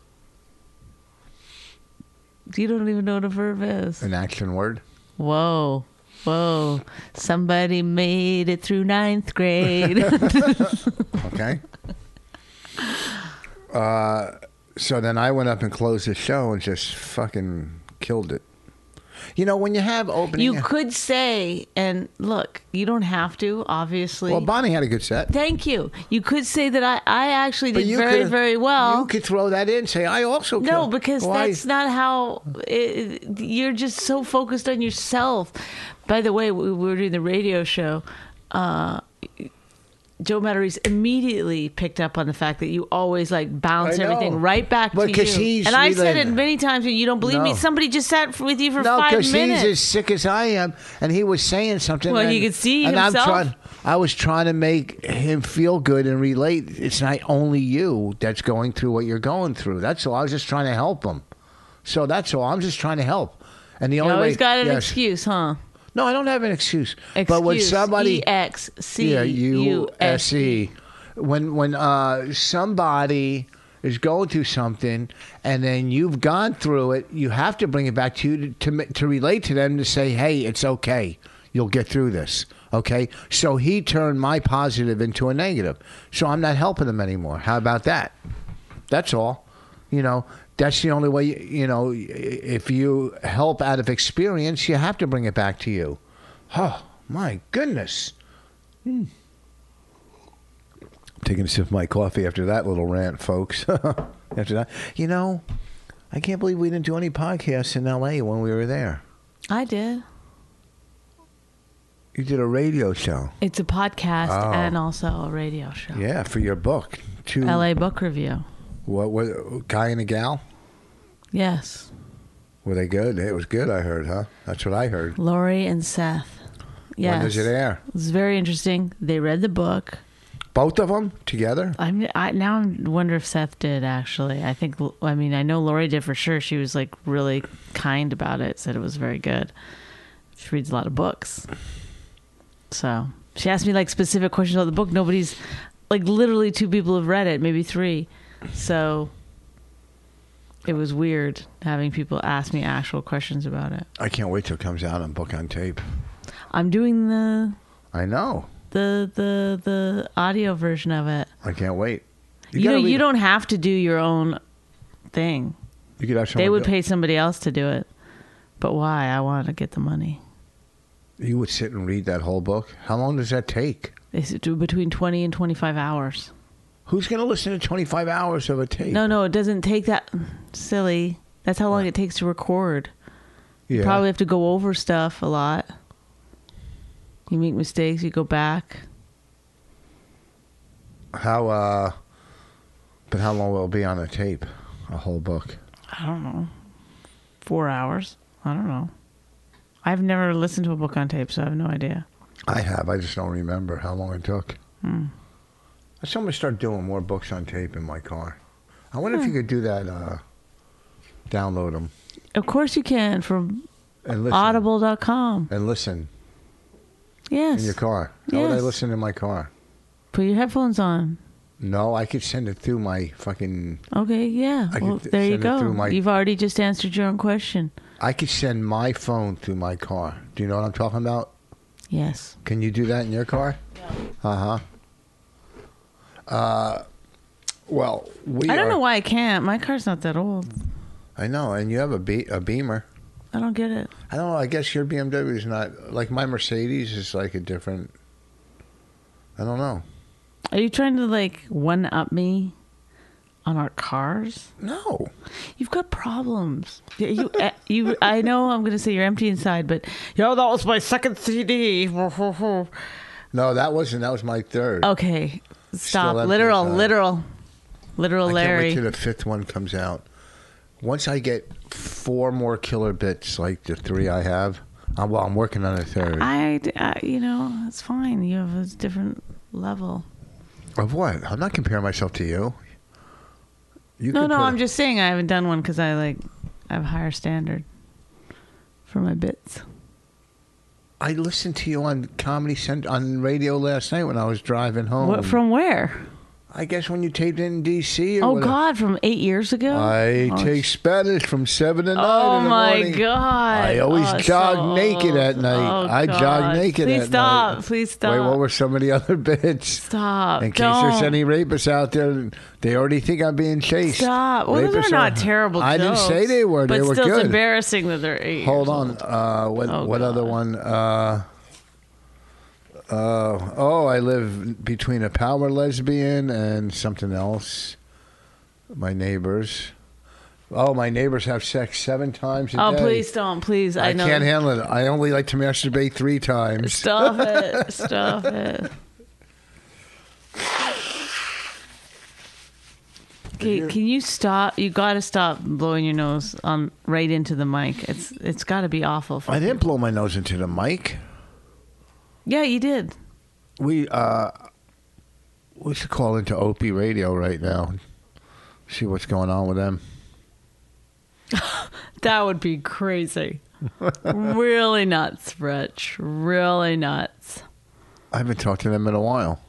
Speaker 4: You don't even know what a verb is.
Speaker 2: An action word.
Speaker 4: Whoa. Whoa. Somebody made it through ninth grade.
Speaker 2: Okay. uh, so then I went up and closed the show and just fucking killed it. You know, when you have opening.
Speaker 4: you could say, and look, you don't have to, obviously.
Speaker 2: well, Bonnie had a good set.
Speaker 4: Thank you. You could say that I, I actually
Speaker 2: But
Speaker 4: did
Speaker 2: you
Speaker 4: very,
Speaker 2: could-
Speaker 4: very well.
Speaker 2: You could throw that in. Say I also.
Speaker 4: no,
Speaker 2: killed-"
Speaker 4: because
Speaker 2: Why?
Speaker 4: that's not how it, you're just so focused on yourself. By the way, we we were doing the radio show. Uh, Joe Mattarese immediately picked up on the fact that you always like bounce
Speaker 2: I know.
Speaker 4: everything right back
Speaker 2: Well,
Speaker 4: to
Speaker 2: 'cause
Speaker 4: you.
Speaker 2: he's
Speaker 4: and I said it
Speaker 2: relaying-
Speaker 4: many times, and you don't believe me.
Speaker 2: No.
Speaker 4: Somebody just sat with you for
Speaker 2: No,
Speaker 4: five
Speaker 2: because he's
Speaker 4: minutes.
Speaker 2: as sick as I am, and he was saying something.
Speaker 4: Well,
Speaker 2: and,
Speaker 4: he could see
Speaker 2: and
Speaker 4: himself.
Speaker 2: I'm trying, I was trying to make him feel good and relate. It's not only you that's going through what you're going through. That's all. I was just trying to help him. So that's all. I'm just trying to help. And the
Speaker 4: you
Speaker 2: only
Speaker 4: always
Speaker 2: way,
Speaker 4: got an
Speaker 2: yes.
Speaker 4: excuse, huh?
Speaker 2: No, I don't have an excuse.
Speaker 4: Excuse.
Speaker 2: but when somebody,
Speaker 4: E X C
Speaker 2: yeah,
Speaker 4: U E. S E.
Speaker 2: U-S-E. When when uh, somebody is going through something, and then you've gone through it, you have to bring it back to you to to, ma- to relate to them to say, "Hey, it's okay. You'll get through this." Okay, so he turned my positive into a negative, so I'm not helping him anymore. How about that? That's all. You know, that's the only way. You know, if you help out of experience, you have to bring it back to you. Oh my goodness! Taking a sip of my coffee after that little rant, folks. after that, you know, I can't believe we didn't do any podcasts in L.A. when we were there.
Speaker 4: I did.
Speaker 2: You did a radio show,
Speaker 4: It's a podcast
Speaker 2: Oh.
Speaker 4: and also a radio show.
Speaker 2: yeah, for your book. Two
Speaker 4: L.A. Book Review.
Speaker 2: What? What? Guy and a gal.
Speaker 4: Yes,
Speaker 2: Were they good? It was good. I heard, huh? That's what I heard.
Speaker 4: Lori and Seth. Yes,
Speaker 2: When does it air?
Speaker 4: It's very interesting. They read the book.
Speaker 2: Both of them together?
Speaker 4: I'm I, now. I wonder if Seth did actually. I think. I mean, I know Lori did for sure. She was like really kind about it. Said it was very good. She reads a lot of books, so she asked me like specific questions about the book. Nobody's like literally two people have read it, maybe three. So it was weird having people ask me actual questions about it.
Speaker 2: I can't wait till it comes out on book on tape.
Speaker 4: I'm doing the
Speaker 2: I know.
Speaker 4: the the the audio version of it.
Speaker 2: I can't wait.
Speaker 4: You, know,
Speaker 2: gotta read
Speaker 4: you
Speaker 2: it.
Speaker 4: don't have to do your own thing.
Speaker 2: You could have someone
Speaker 4: They would
Speaker 2: do it.
Speaker 4: pay somebody else to do it. But why? I want to get the money.
Speaker 2: You would sit and read that whole book. How long does that take?
Speaker 4: They s- do between 20 and 25 hours.
Speaker 2: Who's going to listen to 25 hours of a tape?
Speaker 4: No, no, it doesn't take that. Silly. That's how long it takes to record.
Speaker 2: yeah.
Speaker 4: Probably have to go over stuff a lot. You make mistakes, you go back.
Speaker 2: How? uh But how long will it be on a tape? A whole book.
Speaker 4: I don't know. Four hours? I don't know. I've never listened to a book on tape, so I have no idea.
Speaker 2: I have. I just don't remember how long it took. I just want to start doing more books on tape in my car. I wonder if you could do that. uh Download them
Speaker 4: Of course you can from
Speaker 2: and listen.
Speaker 4: audible.com.
Speaker 2: And listen
Speaker 4: Yes.
Speaker 2: in your car. How would I
Speaker 4: Yes.
Speaker 2: listen in my car?
Speaker 4: Put your headphones on.
Speaker 2: No, I could send it through my fucking.
Speaker 4: Okay, yeah.
Speaker 2: I
Speaker 4: well,
Speaker 2: could
Speaker 4: there you
Speaker 2: send it
Speaker 4: go.
Speaker 2: through my-
Speaker 4: You've already just answered your own question.
Speaker 2: I could send my phone through my car. Do you know what I'm talking about?
Speaker 4: Yes.
Speaker 2: Can you do that in your car? Uh huh. Uh, well, we.
Speaker 4: I don't
Speaker 2: are-
Speaker 4: know why I can't. My car's not that old.
Speaker 2: I know, and you have a be- a Beamer.
Speaker 4: I don't get it.
Speaker 2: I don't know. I guess your BMW is not like my Mercedes is like a different. I don't know.
Speaker 4: Are you trying to like one up me on our cars?
Speaker 2: No,
Speaker 4: You've got problems. Yeah, You, eh, you. I know I'm going to say you're empty inside, but yo, that was my second CD.
Speaker 2: no, that wasn't. That was my third.
Speaker 4: Oh, okay, stop.
Speaker 2: empty
Speaker 4: Literal,
Speaker 2: inside.
Speaker 4: literal, literal.
Speaker 2: I can't wait till
Speaker 4: Larry.
Speaker 2: the fifth one comes out. Once I get four more killer bits, like the three I have, I'm, well, I'm working on a third.
Speaker 4: I, I, you know, it's fine. You have a different level.
Speaker 2: Of what? I'm not comparing myself to you. You
Speaker 4: No,
Speaker 2: can
Speaker 4: no,
Speaker 2: put-
Speaker 4: I'm just saying I haven't done one because I like I have a higher standard for my bits.
Speaker 2: I listened to you on Comedy Cent on radio last night when I was driving home.
Speaker 4: What from where?
Speaker 2: I guess when you taped in D.C. Or
Speaker 4: Oh
Speaker 2: whatever.
Speaker 4: God, from eight years ago.
Speaker 2: I
Speaker 4: Oh,
Speaker 2: take Spanish from seven to nine.
Speaker 4: Oh
Speaker 2: in the
Speaker 4: my
Speaker 2: morning.
Speaker 4: God!
Speaker 2: I always
Speaker 4: Oh,
Speaker 2: jog
Speaker 4: so
Speaker 2: naked at
Speaker 4: old.
Speaker 2: night.
Speaker 4: Oh,
Speaker 2: I jog
Speaker 4: God.
Speaker 2: naked
Speaker 4: Please
Speaker 2: at
Speaker 4: stop.
Speaker 2: night.
Speaker 4: Please
Speaker 2: Wait,
Speaker 4: stop.
Speaker 2: what were some of the other bits?
Speaker 4: Stop.
Speaker 2: In case
Speaker 4: Don't.
Speaker 2: there's any rapists out there, they already think I'm being chased.
Speaker 4: Stop. Well, those
Speaker 2: Rapists
Speaker 4: are not terrible.
Speaker 2: I didn't say
Speaker 4: jokes,
Speaker 2: they were.
Speaker 4: But
Speaker 2: they were
Speaker 4: still,
Speaker 2: good.
Speaker 4: it's embarrassing that they're eight.
Speaker 2: Hold
Speaker 4: years
Speaker 2: on.
Speaker 4: old.
Speaker 2: Uh, what
Speaker 4: Oh,
Speaker 2: what
Speaker 4: God.
Speaker 2: other one? Uh, uh, oh, I live between a power lesbian and something else. My neighbors. Oh, my neighbors have sex seven times a
Speaker 4: Oh,
Speaker 2: day.
Speaker 4: please don't. Please, I,
Speaker 2: I,
Speaker 4: know.
Speaker 2: can't handle it. I only like to masturbate three times.
Speaker 4: Stop it. Stop it. Can, can you stop? You got to stop blowing your nose on right into the mic. It's it's got to be awful. For
Speaker 2: I didn't blow my nose into the mic.
Speaker 4: Yeah, you did.
Speaker 2: We uh, we should call into Opie Radio right now. See what's going on with them.
Speaker 4: That would be crazy. really nuts, Rich. Really nuts.
Speaker 2: I haven't talked to them in a while.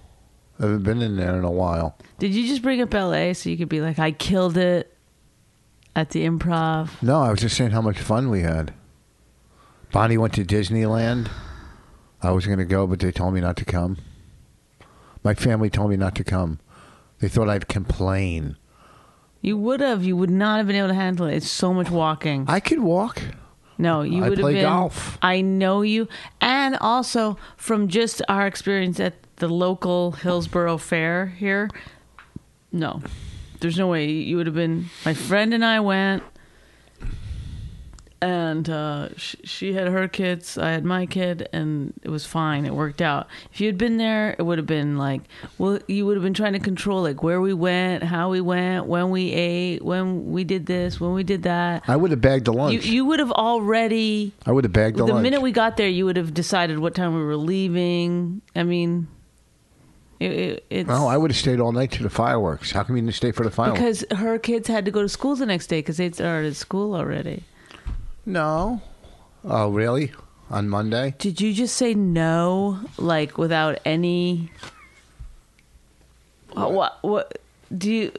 Speaker 2: I haven't been in there in a while.
Speaker 4: Did you just bring up LA so you could be like, I killed it at the improv?
Speaker 2: No, I was just saying how much fun we had. Bonnie went to Disneyland. I was going to go, but they told me not to come. My family told me not to come. They thought I'd complain.
Speaker 4: You would have. You would not have been able to handle it. It's so much walking.
Speaker 2: I could walk.
Speaker 4: No, you
Speaker 2: I
Speaker 4: would
Speaker 2: play
Speaker 4: have been.
Speaker 2: golf.
Speaker 4: I know you, and also from just our experience at the local Hillsborough Fair here. No, there's no way you would have been. My friend and I went, and uh, sh- she had her kids. I had my kid, and it was fine. It worked out. If you had been there, it would have been like, well, you would have been trying to control like where we went, how we went, when we ate, when we did this, when we did that.
Speaker 2: I would have bagged a
Speaker 4: You,
Speaker 2: lunch.
Speaker 4: you would have already
Speaker 2: I would have bagged a
Speaker 4: the
Speaker 2: lunch.
Speaker 4: minute we got there you would have decided what time we were leaving i mean it, it, it's
Speaker 2: no, I would have stayed all night to the fireworks. How come you didn't stay for the fireworks?
Speaker 4: because her kids had to go to school the next day because they'd started school already
Speaker 2: no. Oh, really? On Monday?
Speaker 4: did you just say no like without any what what, what do you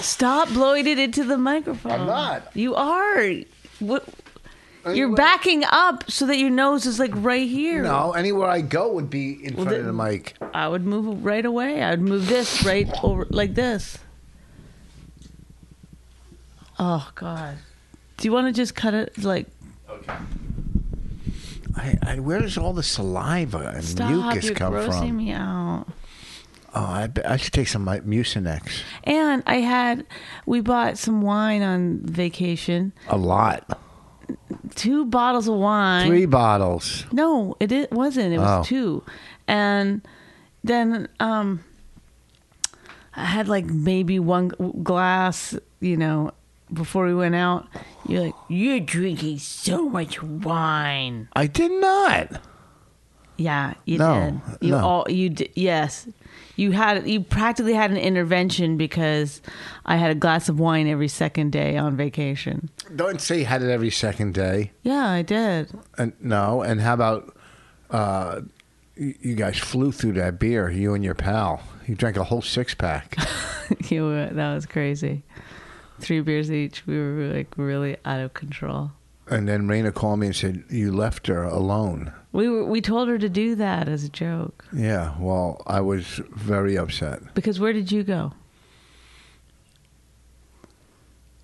Speaker 4: stop blowing it into the microphone
Speaker 2: I'm not.
Speaker 4: you are what you're backing up so that your nose is like right here
Speaker 2: No, anywhere I go would be in front of the
Speaker 4: the-
Speaker 2: mic.
Speaker 4: I would move right away. I'd move this right over like this. Oh God. Do you want to just cut it like
Speaker 2: I, I, where does all the saliva and
Speaker 4: stop?
Speaker 2: mucus
Speaker 4: You're
Speaker 2: come
Speaker 4: grossing
Speaker 2: from?
Speaker 4: me out.
Speaker 2: Oh, I, be- I should take some like, Mucinex.
Speaker 4: And I had we bought some wine on vacation.
Speaker 2: A lot.
Speaker 4: Two bottles of wine.
Speaker 2: Three bottles.
Speaker 4: No, it, it wasn't. It was
Speaker 2: Oh.
Speaker 4: two. And then um I had like maybe one g- glass, you know, before we went out. You're like, you're drinking so much wine.
Speaker 2: I did not.
Speaker 4: Yeah, you
Speaker 2: No,
Speaker 4: did. You
Speaker 2: no.
Speaker 4: all you did. Yes, you had you practically had an intervention because I had a glass of wine every second day on vacation.
Speaker 2: Don't say you had it every second day.
Speaker 4: Yeah, I did.
Speaker 2: And no. And how about uh, y- you guys flew through that beer, you and your pal? You drank a whole six pack.
Speaker 4: you were, that was crazy. Three beers each. We were like really out of control.
Speaker 2: and then Raina called me and said, You left her alone.
Speaker 4: We were, we told her to do that as a joke
Speaker 2: Yeah, well, I was very upset.
Speaker 4: because where did you go?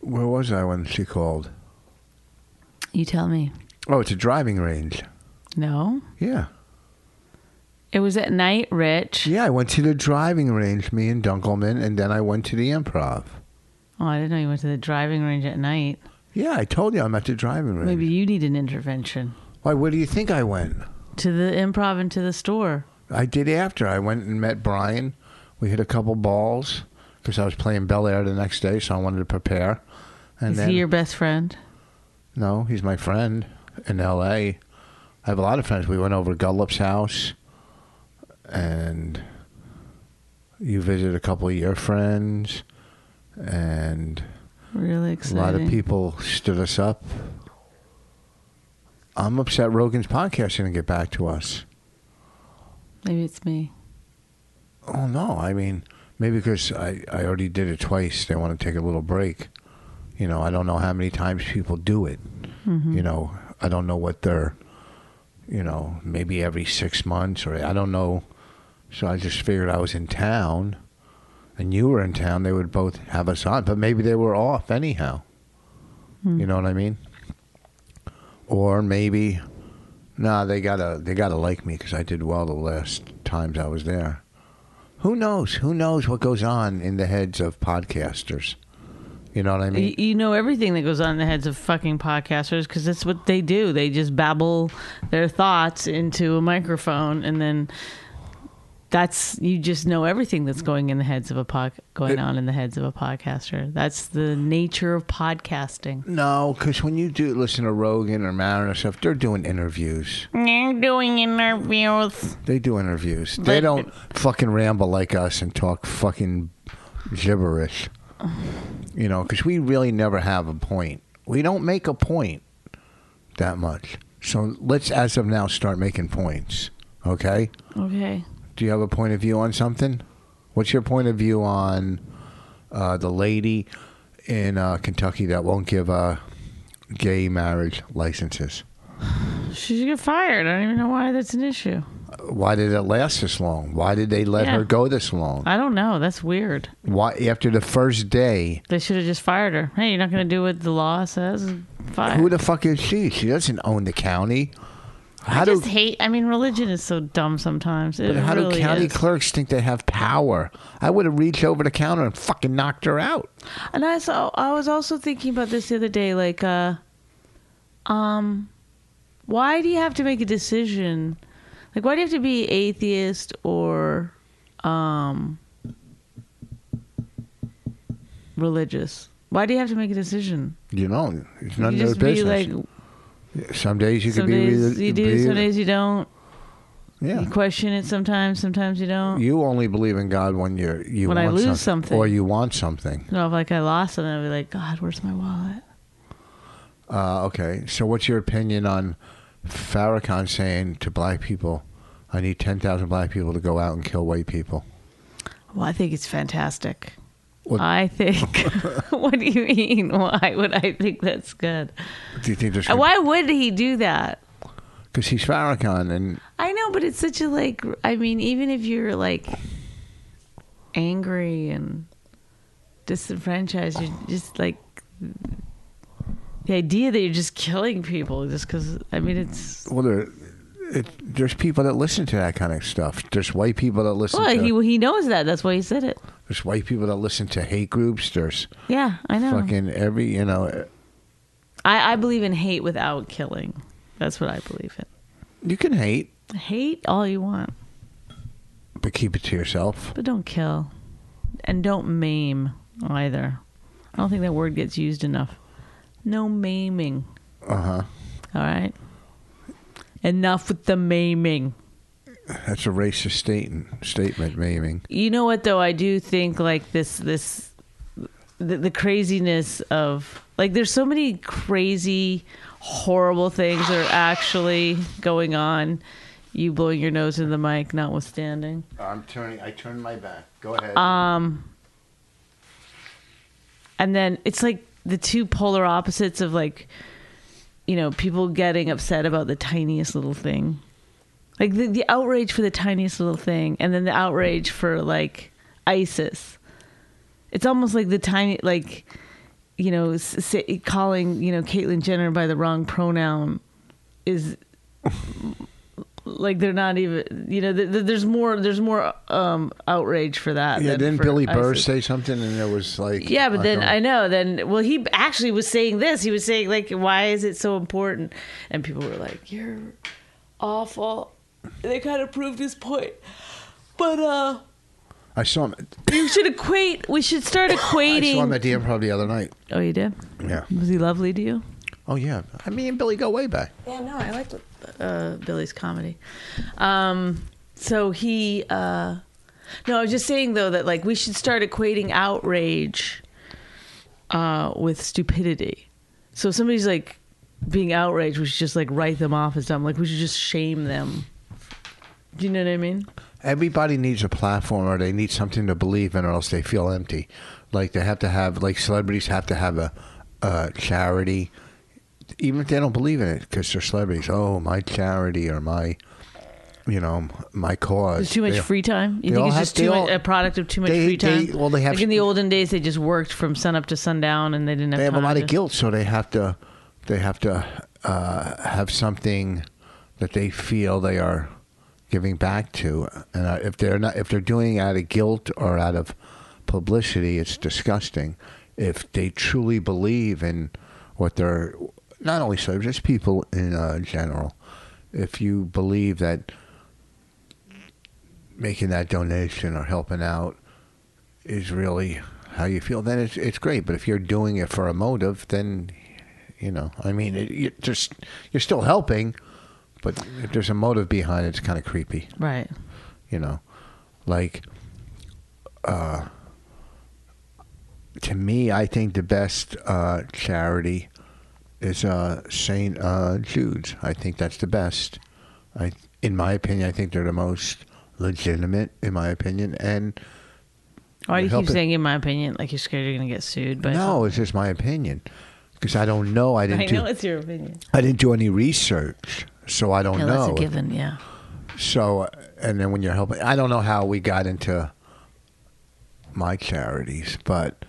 Speaker 2: Where was I when she called?
Speaker 4: You tell me.
Speaker 2: Oh, it's a driving range.
Speaker 4: No,
Speaker 2: Yeah.
Speaker 4: it was at night, Rich.
Speaker 2: Yeah, I went to the driving range, me and Dunkelman, and then I went to the improv.
Speaker 4: Oh, I didn't know you went to the driving range at night.
Speaker 2: Yeah, I told you I'm at the driving range.
Speaker 4: Maybe you need an intervention
Speaker 2: Why, where do you think I went?
Speaker 4: to the improv and to the store.
Speaker 2: I did after. I went and met Brian. We hit a couple balls because I was playing Bel Air the next day, so I wanted to prepare. And
Speaker 4: Is
Speaker 2: then,
Speaker 4: he your best friend?
Speaker 2: No, he's my friend in L.A. I have a lot of friends. We went over to Gullup's house, and you visit a couple of your friends, and
Speaker 4: Really
Speaker 2: a
Speaker 4: exciting.
Speaker 2: lot of people stood us up. I'm upset Rogan's podcast didn't get back to us.
Speaker 4: Maybe it's me.
Speaker 2: Oh no! I mean, maybe because I I already did it twice. They want to take a little break. You know, I don't know how many times people do it. You know, I don't know what they're. You know, maybe every six months or I don't know. So I just figured I was in town, and you were in town. They would both have us on, but maybe they were off anyhow. You know what I mean? Or maybe, nah, they gotta they gotta like me because I did well the last times I was there. Who knows? Who knows what goes on in the heads of podcasters? You know what I mean?
Speaker 4: Y- You know everything that goes on in the heads of fucking podcasters because that's what they do. They just babble their thoughts into a microphone and then that's you just know everything that's going in the heads of a pod, going on in the heads of a podcaster. That's the nature of podcasting.
Speaker 2: No, because when you do listen to Rogan or Marin or stuff, they're doing interviews.
Speaker 4: You're doing interviews.
Speaker 2: They do interviews. they
Speaker 4: But-
Speaker 2: don't fucking ramble like us and talk fucking gibberish. You know, because we really never have a point. We don't make a point that much. So let's, as of now, start making points. Okay?
Speaker 4: Okay.
Speaker 2: Do you have a point of view on something? What's your point of view on uh, the lady in uh, Kentucky that won't give uh, gay marriage licenses?
Speaker 4: She should get fired. I don't even know why that's an issue.
Speaker 2: Why did it last this long? Why did they let
Speaker 4: Yeah.
Speaker 2: her go this long?
Speaker 4: I don't know. That's weird.
Speaker 2: Why after the first day?
Speaker 4: They should have just fired her. Hey, you're not going to do what the law says. Fire.
Speaker 2: Who the fuck is she? She doesn't own the county. How
Speaker 4: I
Speaker 2: do
Speaker 4: just hate. I mean, religion is so dumb sometimes. It
Speaker 2: how
Speaker 4: really
Speaker 2: do county
Speaker 4: is.
Speaker 2: clerks think they have power? I would have reached over the counter and fucking knocked her out.
Speaker 4: And I saw I was also thinking about this the other day, like uh um why do you have to make a decision? Like why do you have to be atheist or um religious? Why do you have to make a decision?
Speaker 2: You know, it's none
Speaker 4: You
Speaker 2: of their
Speaker 4: just be
Speaker 2: business.
Speaker 4: like
Speaker 2: some days you
Speaker 4: some
Speaker 2: could be,
Speaker 4: days
Speaker 2: re-
Speaker 4: you do,
Speaker 2: be-
Speaker 4: some days you don't.
Speaker 2: yeah.
Speaker 4: You question it sometimes, sometimes you don't.
Speaker 2: You only believe in God when you you
Speaker 4: When I
Speaker 2: want
Speaker 4: lose something.
Speaker 2: or you want something.
Speaker 4: You know, if like I lost it, I'd be like, God, where's my wallet?
Speaker 2: Uh, okay, so what's your opinion on Farrakhan saying to black people, "I need ten thousand black people to go out and kill white people"?
Speaker 4: Well, I think it's fantastic.
Speaker 2: What-
Speaker 4: I think. what do you mean? Why would I think that's good?
Speaker 2: Do you think there's
Speaker 4: Why would he do that?
Speaker 2: Because he's Farrakhan, and
Speaker 4: I know, but it's such a like. I mean, even if you're like angry and disenfranchised, you're just like the idea that you're just killing people just because. I mean, it's
Speaker 2: well, there, it, there's people that listen to that kind of stuff. There's white people that listen.
Speaker 4: well,
Speaker 2: to,
Speaker 4: he he knows that. That's why he said it.
Speaker 2: there's white people that listen to hate groups. There's
Speaker 4: Yeah, I know.
Speaker 2: fucking every you know.
Speaker 4: I, I believe in hate without killing. That's what I believe in.
Speaker 2: You can hate,
Speaker 4: Hate all you want.
Speaker 2: but keep it to yourself.
Speaker 4: But don't kill. And don't maim either. I don't think that word gets used enough. No maiming.
Speaker 2: Uh huh.
Speaker 4: All right? Enough with the maiming.
Speaker 2: That's a racist statement. Statement, maiming.
Speaker 4: You know what though? I do think like this this the, the craziness of like there's so many crazy horrible things that are actually going on. You blowing your nose into the mic, notwithstanding.
Speaker 2: I'm turning. I turned my back. Go ahead.
Speaker 4: and then it's like the two polar opposites of like you know people getting upset about the tiniest little thing like the, the outrage for the tiniest little thing and then the outrage for like isis it's almost like the tiny like you know s- say, calling you know caitlyn jenner by the wrong pronoun is like they're not even you know th- th- there's more there's more um outrage for that
Speaker 2: yeah,
Speaker 4: than
Speaker 2: didn't
Speaker 4: for
Speaker 2: Billy Burr
Speaker 4: ISIS.
Speaker 2: say something, and it was like,
Speaker 4: Yeah, but then
Speaker 2: don't-
Speaker 4: I know. Then well, he actually was saying this. He was saying like, "Why is it so important?" And people were like, "You're awful." They kind of proved his point, but uh,
Speaker 2: I saw him.
Speaker 4: you should equate. We should start
Speaker 2: I saw him
Speaker 4: equating.
Speaker 2: at the improv the other night.
Speaker 4: Oh, you did.
Speaker 2: Yeah.
Speaker 4: Was he lovely to you?
Speaker 2: Oh yeah. I mean, Billy go way back.
Speaker 4: Yeah, no, I liked uh, Billy's comedy. Um, so he, uh, no, I was just saying though that like we should start equating outrage uh, with stupidity. So if somebody's like being outraged, we should just like write them off as dumb. Like we should just shame them. Do you know what I mean?
Speaker 2: Everybody needs a platform, or they need something to believe in, or else they feel empty. Like they have to have, like celebrities have to have a, a charity, even if they don't believe in it, because they're celebrities. Oh, my charity or my, you know, my cause.
Speaker 4: There's too much
Speaker 2: They-
Speaker 4: free time. You
Speaker 2: they
Speaker 4: think
Speaker 2: all
Speaker 4: it's
Speaker 2: have-
Speaker 4: just
Speaker 2: they
Speaker 4: too much
Speaker 2: all-
Speaker 4: a product of too much
Speaker 2: they-
Speaker 4: free time?
Speaker 2: they- well, they have-
Speaker 4: like in the olden days, they just worked from sun up to sundown, and they didn't have.
Speaker 2: they have a
Speaker 4: time
Speaker 2: lot
Speaker 4: to-
Speaker 2: of guilt, so they have to they have to uh, have something that they feel they are giving back to, and uh, if they're not if they're doing it out of guilt or out of publicity, it's disgusting. If they truly believe in what they're not only slaves, just people in uh, general. If you believe that making that donation or helping out is really how you feel, then it's it's great. But if you're doing it for a motive, then you know, I mean, it, you're just you're still helping, but if there's a motive behind it, it's kind of creepy,
Speaker 4: Right.
Speaker 2: you know. Like, uh, to me, I think the best uh, charity is uh, Saint uh, Jude's. I think that's the best. I, in my opinion, I think they're the most legitimate, in my in my opinion, and
Speaker 4: Why do you
Speaker 2: Help
Speaker 4: keep
Speaker 2: it-
Speaker 4: saying, in my opinion, like you're scared you're going to get sued? But
Speaker 2: no, it's just my opinion because I don't know. I didn't
Speaker 4: I
Speaker 2: do.
Speaker 4: know it's your opinion.
Speaker 2: I didn't do any research, so I don't
Speaker 4: Yeah,
Speaker 2: know.
Speaker 4: that's a given. Yeah.
Speaker 2: So, uh, and then when you're helping, I don't know how we got into my charities, but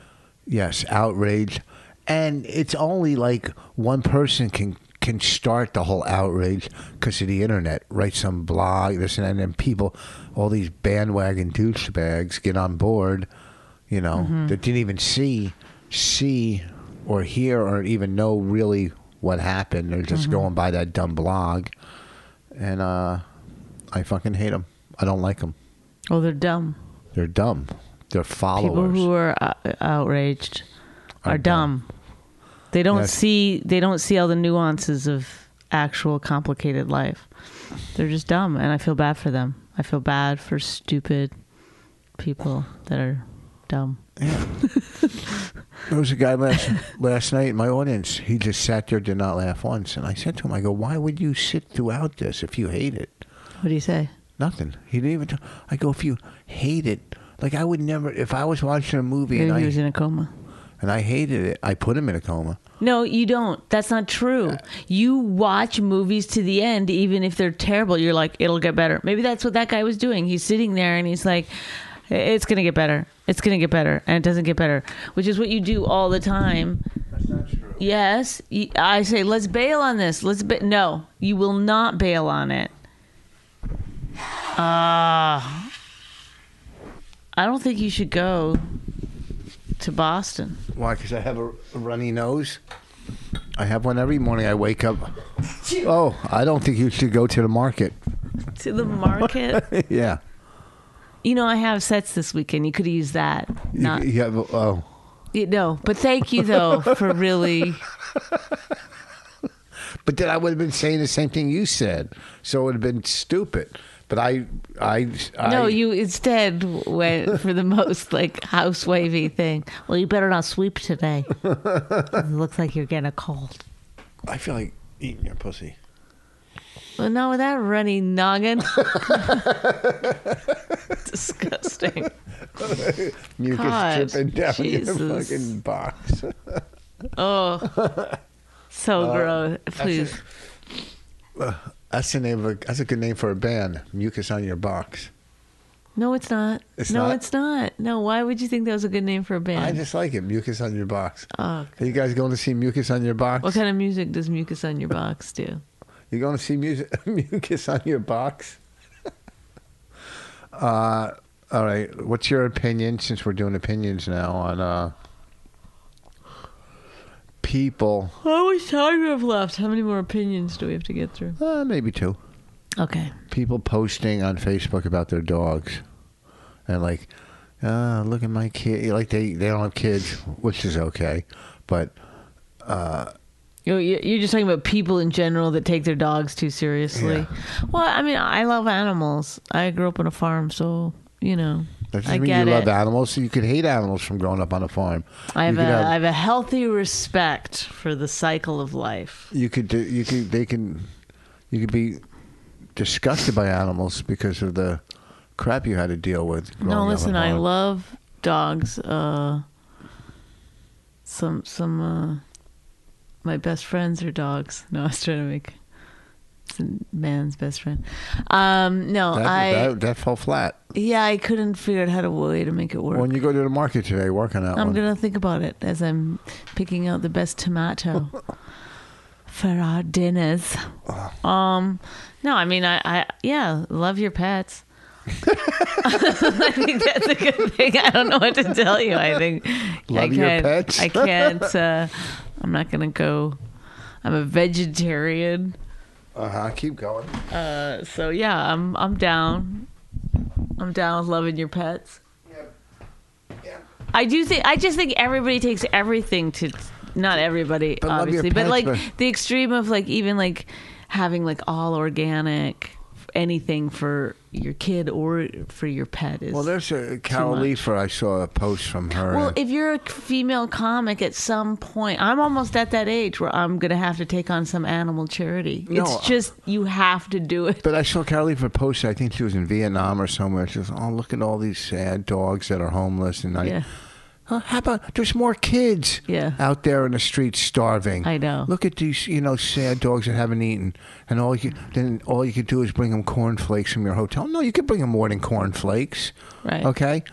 Speaker 2: yes, outrage, and it's only like one person can can start the whole outrage because of the internet. Write some blog, this and that, and then people, all these bandwagon douchebags get on board, you know, that didn't even see see or hear or even know really what happened. They're just going by that dumb blog, and uh. I fucking hate them. I don't like them.
Speaker 4: Well, they're dumb.
Speaker 2: They're dumb. They're
Speaker 4: People
Speaker 2: followers.
Speaker 4: who are uh, outraged are,
Speaker 2: Are
Speaker 4: dumb.
Speaker 2: dumb.
Speaker 4: They don't
Speaker 2: Yes.
Speaker 4: see. They don't see all the nuances of actual complicated life. They're just dumb, and I feel bad for them. I feel bad for stupid people that are dumb.
Speaker 2: there was a guy last last night in my audience. He just sat there, did not laugh once. And I said to him, "I go, why would you sit throughout this if you hate it?"
Speaker 4: What do you say?
Speaker 2: Nothing. He didn't even. T- I go, if you hate it, like I would never. If I was watching a movie and
Speaker 4: Maybe
Speaker 2: I
Speaker 4: he was in a coma.
Speaker 2: and I hated it, I put him in a coma.
Speaker 4: No, you don't. That's not true. You watch movies to the end, even if they're terrible. You're like, it'll get better. Maybe that's what that guy was doing. He's sitting there and he's like, it's going to get better. It's going to get better. And it doesn't get better, which is what you do all the time. Yes. Y- I say, let's bail on this. Let's ba-. No, you will not bail on it. Uh, I don't think you should go to Boston.
Speaker 2: Why? Because I have a, a runny nose. I have one every morning. I wake up. Oh, I don't think you should go to the market.
Speaker 4: To the market.
Speaker 2: yeah.
Speaker 4: You know, I have sets this weekend. You could have used that.
Speaker 2: You-
Speaker 4: Not,
Speaker 2: you have, oh.
Speaker 4: you- no, but thank you though for really.
Speaker 2: But then I would have been saying the same thing you said, so it would have been stupid. But I, I, I
Speaker 4: no, you instead went for the most like housewifey thing. Well, you better not sweep today. it looks like you're getting a cold.
Speaker 2: I feel like eating your pussy.
Speaker 4: Well, not with that runny noggin. Disgusting.
Speaker 2: Mucus
Speaker 4: God,
Speaker 2: dripping down your
Speaker 4: Jesus.
Speaker 2: fucking box.
Speaker 4: Oh,
Speaker 2: Uh,
Speaker 4: so gross. Please.
Speaker 2: That's the name of a, that's a good name for a band. Mucus on your box.
Speaker 4: No, it's not.
Speaker 2: It's
Speaker 4: no,
Speaker 2: not?
Speaker 4: it's not. No, why would you think that was a good name for a band?
Speaker 2: I just like it. Mucus on your box.
Speaker 4: Oh,
Speaker 2: Are you guys going to see Mucus on your box?
Speaker 4: What kind of music does mucus on your box do?
Speaker 2: You're going to see music, Mucus on your box. uh, all right. What's your opinion? Since we're doing opinions now on uh, people.
Speaker 4: How much time do we have left? How many more opinions do we have to get through?
Speaker 2: Uh, maybe two.
Speaker 4: Okay.
Speaker 2: People posting on Facebook about their dogs, and like, uh, look at my kid. Like they they don't have kids, which is okay, but
Speaker 4: You- you- You're just talking about people in general that take their dogs too seriously. Well, I mean, I love animals. I grew up on a farm, so, you know,
Speaker 2: that doesn't
Speaker 4: I
Speaker 2: mean
Speaker 4: get
Speaker 2: you
Speaker 4: it.
Speaker 2: love animals. So you could hate animals from growing up on a farm.
Speaker 4: I have,
Speaker 2: you
Speaker 4: a,
Speaker 2: could
Speaker 4: I have a healthy respect for the cycle of life.
Speaker 2: you could do, you could they can you could be disgusted by animals because of the crap you had to deal with. growing up
Speaker 4: no,
Speaker 2: on
Speaker 4: listen, I
Speaker 2: farm.
Speaker 4: love dogs. Uh, some, some, uh, my best friends are dogs. No, I was trying to make it's a man's best friend. Um, no,
Speaker 2: that,
Speaker 4: I,
Speaker 2: that, that fell flat.
Speaker 4: yeah, I couldn't figure out how to way to make it work.
Speaker 2: When you go to the market today, work on that
Speaker 4: I'm
Speaker 2: one.
Speaker 4: gonna think about it as I'm picking out the best tomato for our dinners.
Speaker 2: Ah.
Speaker 4: Um, no, I mean, I, I yeah, love your pets. I think that's a good thing. I don't know what to tell you. I think I
Speaker 2: Love
Speaker 4: can't.
Speaker 2: your pets?
Speaker 4: I can't. Uh, I'm not gonna go. I'm a vegetarian,
Speaker 2: uh huh. Keep going.
Speaker 4: uh, so yeah, I'm I'm down. I'm down with loving your pets. I do think I just think everybody takes everything to not everybody
Speaker 2: But love your
Speaker 4: obviously, but
Speaker 2: pets,
Speaker 4: like
Speaker 2: but-
Speaker 4: the extreme of like even like having like all organic anything for your kid or for your pet is
Speaker 2: Well, there's a Carol
Speaker 4: much.
Speaker 2: Leifer. I saw a post from her.
Speaker 4: Well, if you're a female comic at some point, I'm almost at that age where I'm going to have to take on some animal charity.
Speaker 2: No,
Speaker 4: it's just you have to do it.
Speaker 2: but I saw Carol Leifer post. I think she was in Vietnam or somewhere. She was, oh, look at all these sad dogs that are homeless, and I.
Speaker 4: Yeah.
Speaker 2: Huh, how about there's more kids
Speaker 4: Yeah.
Speaker 2: out there in the streets starving?
Speaker 4: I know.
Speaker 2: Look at these, you know, sad dogs that haven't eaten, and all you then all you could do is bring them cornflakes from your hotel. No, you could bring them more than cornflakes.
Speaker 4: Right.
Speaker 2: Okay.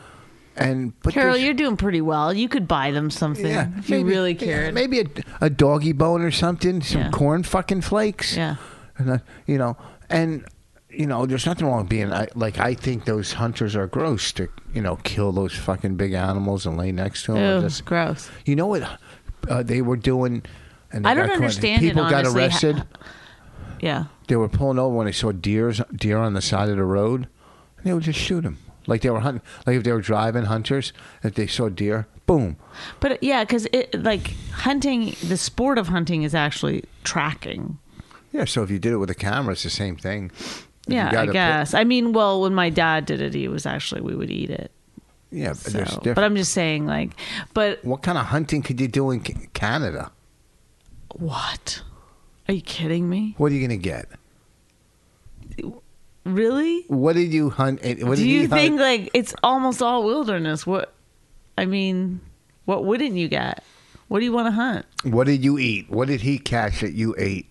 Speaker 2: And but
Speaker 4: Carol,
Speaker 2: there's-
Speaker 4: you're doing pretty well. You could buy them something
Speaker 2: yeah,
Speaker 4: if you really cared.
Speaker 2: yeah, maybe a, a doggy bone or something, some
Speaker 4: Yeah.
Speaker 2: corn fucking flakes.
Speaker 4: Yeah.
Speaker 2: And uh, you know, and you know, there's nothing wrong with being I, like I think those hunters are gross to you know kill those fucking big animals and lay next to them.
Speaker 4: Ew,
Speaker 2: or Oh, just,
Speaker 4: gross.
Speaker 2: you know what uh, they were doing? And they
Speaker 4: I don't
Speaker 2: got caught-
Speaker 4: understand it,
Speaker 2: People got
Speaker 4: honestly, ha-
Speaker 2: arrested.
Speaker 4: Yeah.
Speaker 2: they were pulling over when they saw deers, deer on the side of the road, and they would just shoot them. Like they were hunting. Like if they were driving hunters, if they saw deer, boom.
Speaker 4: But uh, yeah, because it like hunting, the sport of hunting is actually tracking.
Speaker 2: Yeah. So if you did it with a camera, it's the same thing. If you
Speaker 4: Yeah,
Speaker 2: got
Speaker 4: I
Speaker 2: a pi-
Speaker 4: guess. I mean, well, when my dad did it, he was actually we would eat it.
Speaker 2: yeah, but
Speaker 4: So.
Speaker 2: there's different.
Speaker 4: But I'm just saying, like, but
Speaker 2: what kind of hunting could you do in C- Canada?
Speaker 4: what? Are you kidding me?
Speaker 2: What are you gonna get?
Speaker 4: Really?
Speaker 2: What did you hunt? eh, What
Speaker 4: Do
Speaker 2: did
Speaker 4: you
Speaker 2: he hunt?
Speaker 4: think like it's almost all wilderness? What I mean, what wouldn't you get? What do you want to hunt?
Speaker 2: What did you eat? What did he catch that you ate?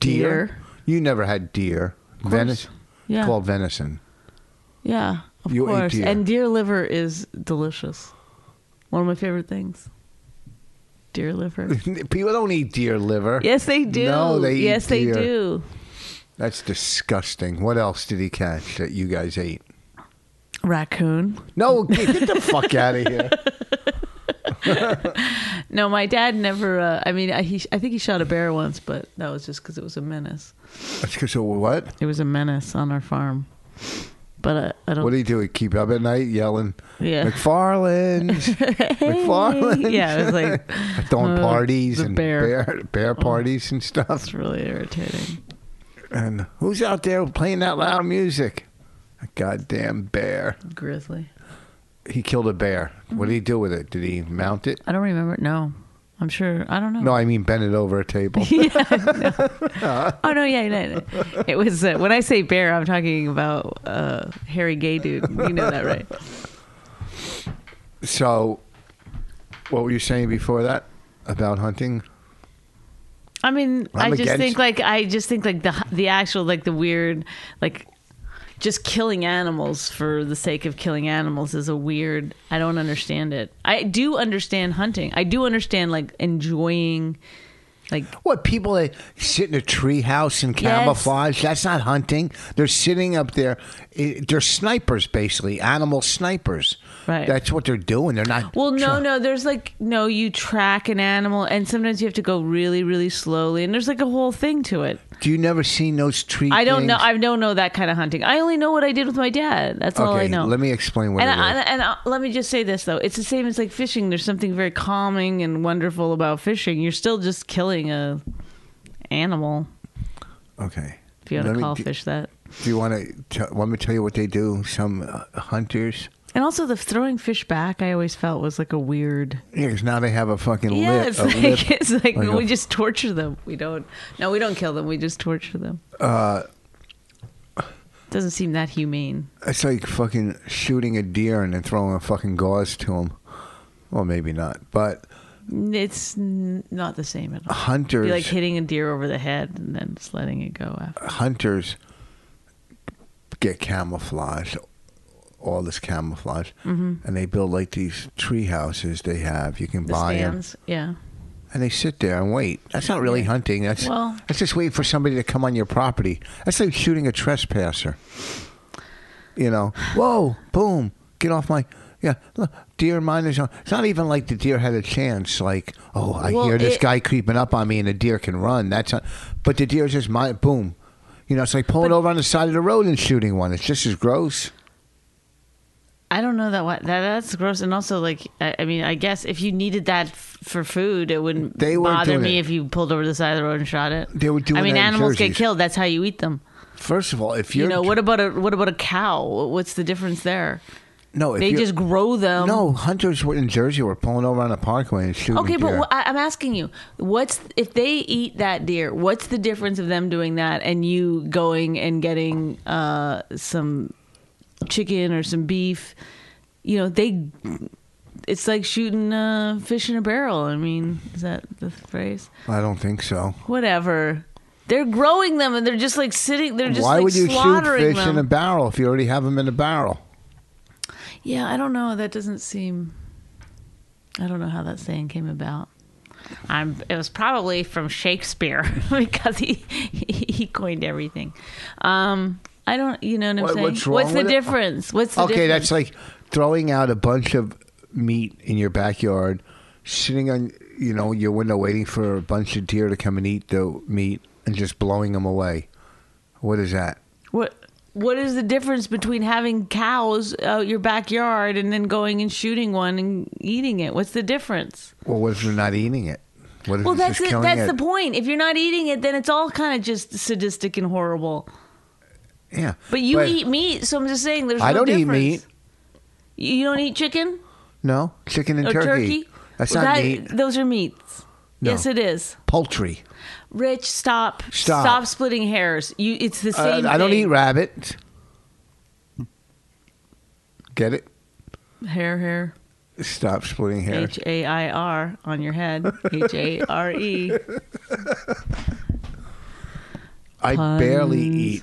Speaker 4: Deer.
Speaker 2: You never had deer. Venison.
Speaker 4: Yeah.
Speaker 2: Called venison.
Speaker 4: Yeah, of
Speaker 2: You ate
Speaker 4: course.
Speaker 2: deer.
Speaker 4: And deer liver is delicious. One of my favorite things. Deer liver.
Speaker 2: People don't eat deer liver.
Speaker 4: Yes, they do.
Speaker 2: No, they eat
Speaker 4: yes, they
Speaker 2: deer.
Speaker 4: do.
Speaker 2: That's disgusting. What else did he catch that you guys ate?
Speaker 4: Raccoon.
Speaker 2: No, get, get the fuck out of here.
Speaker 4: No, my dad never. Uh, I mean, I, he, I think he shot a bear once, but that was just because it was a menace.
Speaker 2: That's because of what?
Speaker 4: It was a menace on our farm. But uh, I don't.
Speaker 2: What do you do? He keep up at night yelling,
Speaker 4: Yeah.
Speaker 2: McFarland, McFarland.
Speaker 4: yeah, it was like
Speaker 2: Throwing
Speaker 4: Uh,
Speaker 2: parties
Speaker 4: the
Speaker 2: and
Speaker 4: bear. Oh.
Speaker 2: bear. Bear, parties and stuff.
Speaker 4: it's really irritating.
Speaker 2: And who's out there playing that loud music? A goddamn bear.
Speaker 4: Grizzly.
Speaker 2: He killed a bear. What did he do with it? Did he mount it?
Speaker 4: I don't remember. No, I'm sure. I don't know.
Speaker 2: No, I mean bend it over a table.
Speaker 4: Oh no, yeah, no, no. it was uh, when I say bear, I'm talking about uh, hairy gay dude. You know that, right?
Speaker 2: so, what were you saying before that about hunting?
Speaker 4: I mean, i
Speaker 2: I'm
Speaker 4: just
Speaker 2: against-
Speaker 4: think like I just think like the the actual like the weird like just killing animals for the sake of killing animals is a weird. I don't understand it. I do understand hunting. I do understand like enjoying like
Speaker 2: What people that sit in a tree house and camouflage? That's not hunting. They're sitting up there. i- They're snipers, basically, animal snipers.
Speaker 4: Right.
Speaker 2: That's what they're doing. They're not.
Speaker 4: Well, no,
Speaker 2: try-
Speaker 4: no. There's like no. You track an animal, and sometimes you have to go really, really slowly, and there's like a whole thing to it.
Speaker 2: Do you never seen those tree?
Speaker 4: I don't know.
Speaker 2: things?
Speaker 4: I don't know that kind of hunting. I only know what I did with my dad. That's all I
Speaker 2: Okay,
Speaker 4: know.
Speaker 2: let me explain what
Speaker 4: and
Speaker 2: it
Speaker 4: I,
Speaker 2: is.
Speaker 4: and, and I, let me just say this though: it's the same as like fishing. There's something very calming and wonderful about fishing. You're still just killing a animal,
Speaker 2: okay.
Speaker 4: if you want
Speaker 2: Let
Speaker 4: to
Speaker 2: me-
Speaker 4: call
Speaker 2: do,
Speaker 4: fish that.
Speaker 2: Do you want to want me to tell you what they do? Some uh, hunters.
Speaker 4: And also, the throwing fish back, I always felt was like a weird.
Speaker 2: Yeah, 'cause now they have a fucking
Speaker 4: Yeah,
Speaker 2: lip.
Speaker 4: it's
Speaker 2: a
Speaker 4: like
Speaker 2: lip.
Speaker 4: it's like,
Speaker 2: like a-
Speaker 4: we just torture them. We don't. No, we don't kill them. We just torture them. Uh, Doesn't seem that humane.
Speaker 2: It's like fucking shooting a deer and then throwing a fucking gauze to him. Well, maybe not, but
Speaker 4: It's n- not the same at all.
Speaker 2: hunters.
Speaker 4: Be like hitting a deer over the head and then just letting it go. After.
Speaker 2: hunters get camouflage, all this camouflage, and they build like these tree houses they have. You can
Speaker 4: Mm-hmm. The
Speaker 2: buy 'em.
Speaker 4: stands, yeah.
Speaker 2: and they sit there and wait. That's not really hunting. That's
Speaker 4: Well-
Speaker 2: that's just waiting for somebody to come on your property. That's like shooting a trespasser. You know, whoa, boom, get off my. Yeah, look, deer miners on. It's not even like the deer had a chance. Like, oh, I
Speaker 4: Well,
Speaker 2: hear this
Speaker 4: it-
Speaker 2: guy creeping up on me, and the deer can run. That's not, but the deer just my boom. You know, it's like pulling over on the side of the road and shooting one. It's just as gross.
Speaker 4: I don't know that what that that's gross. And also, like, I, I mean, I guess if you needed that f- for food, it wouldn't
Speaker 2: They weren't
Speaker 4: bother
Speaker 2: doing
Speaker 4: me
Speaker 2: it.
Speaker 4: if you pulled over the side of the road and shot it.
Speaker 2: They were doing
Speaker 4: I mean,
Speaker 2: that in
Speaker 4: animals get
Speaker 2: jerseys.
Speaker 4: killed. That's how you eat them.
Speaker 2: First of all, if
Speaker 4: You
Speaker 2: you're
Speaker 4: know, what about a what about a cow? What's the difference there?
Speaker 2: no, if
Speaker 4: They
Speaker 2: you're-
Speaker 4: just grow them.
Speaker 2: no hunters were in Jersey were pulling over on a parkway and shooting.
Speaker 4: Okay, but
Speaker 2: deer.
Speaker 4: wh- I- I'm asking you, what's if they eat that deer? What's the difference of them doing that and you going and getting uh, some chicken or some beef? You know, they. It's like shooting uh, fish in a barrel. I mean, is that the phrase?
Speaker 2: I don't think so.
Speaker 4: Whatever. They're growing them and they're just like sitting. They're just
Speaker 2: Why
Speaker 4: like
Speaker 2: would you shoot
Speaker 4: slaughtering
Speaker 2: fish
Speaker 4: them.
Speaker 2: in a barrel if you already have them in a barrel?
Speaker 4: Yeah, I don't know. That doesn't seem. I don't know how that saying came about. I'm, it was probably from Shakespeare because he he, he coined everything. Um, I don't, you know what I'm
Speaker 2: What-
Speaker 4: saying?
Speaker 2: what's wrong
Speaker 4: the
Speaker 2: with it?
Speaker 4: difference? What's the
Speaker 2: okay,
Speaker 4: difference?
Speaker 2: that's like throwing out a bunch of meat in your backyard, sitting on you know your window waiting for a bunch of deer to come and eat the meat, and just blowing them away. What is that?
Speaker 4: what what is the difference between having cows out your backyard and then going and shooting one and eating it? What's the difference?
Speaker 2: Well, what if they're not eating it? What if
Speaker 4: Well,
Speaker 2: it's
Speaker 4: that's
Speaker 2: just
Speaker 4: it.
Speaker 2: killing
Speaker 4: That's
Speaker 2: it?
Speaker 4: the point. If you're not eating it, then it's all kind of just sadistic and horrible.
Speaker 2: Yeah,
Speaker 4: But you eat meat, so I'm just saying there's.
Speaker 2: I
Speaker 4: no
Speaker 2: don't eat
Speaker 4: difference.
Speaker 2: meat.
Speaker 4: You you don't eat chicken
Speaker 2: no chicken and
Speaker 4: or turkey.
Speaker 2: That's
Speaker 4: Well,
Speaker 2: not
Speaker 4: that-
Speaker 2: meat.
Speaker 4: Those are meats.
Speaker 2: No.
Speaker 4: Yes, it is.
Speaker 2: Poultry.
Speaker 4: Rich, stop.
Speaker 2: Stop.
Speaker 4: splitting hairs. You. It's the
Speaker 2: Uh,
Speaker 4: same.
Speaker 2: I don't eat
Speaker 4: thing.
Speaker 2: rabbit. Get it?
Speaker 4: hair. Hair.
Speaker 2: Stop splitting hair.
Speaker 4: H a i r on your head. H a r e.
Speaker 2: I barely
Speaker 4: Puns.
Speaker 2: eat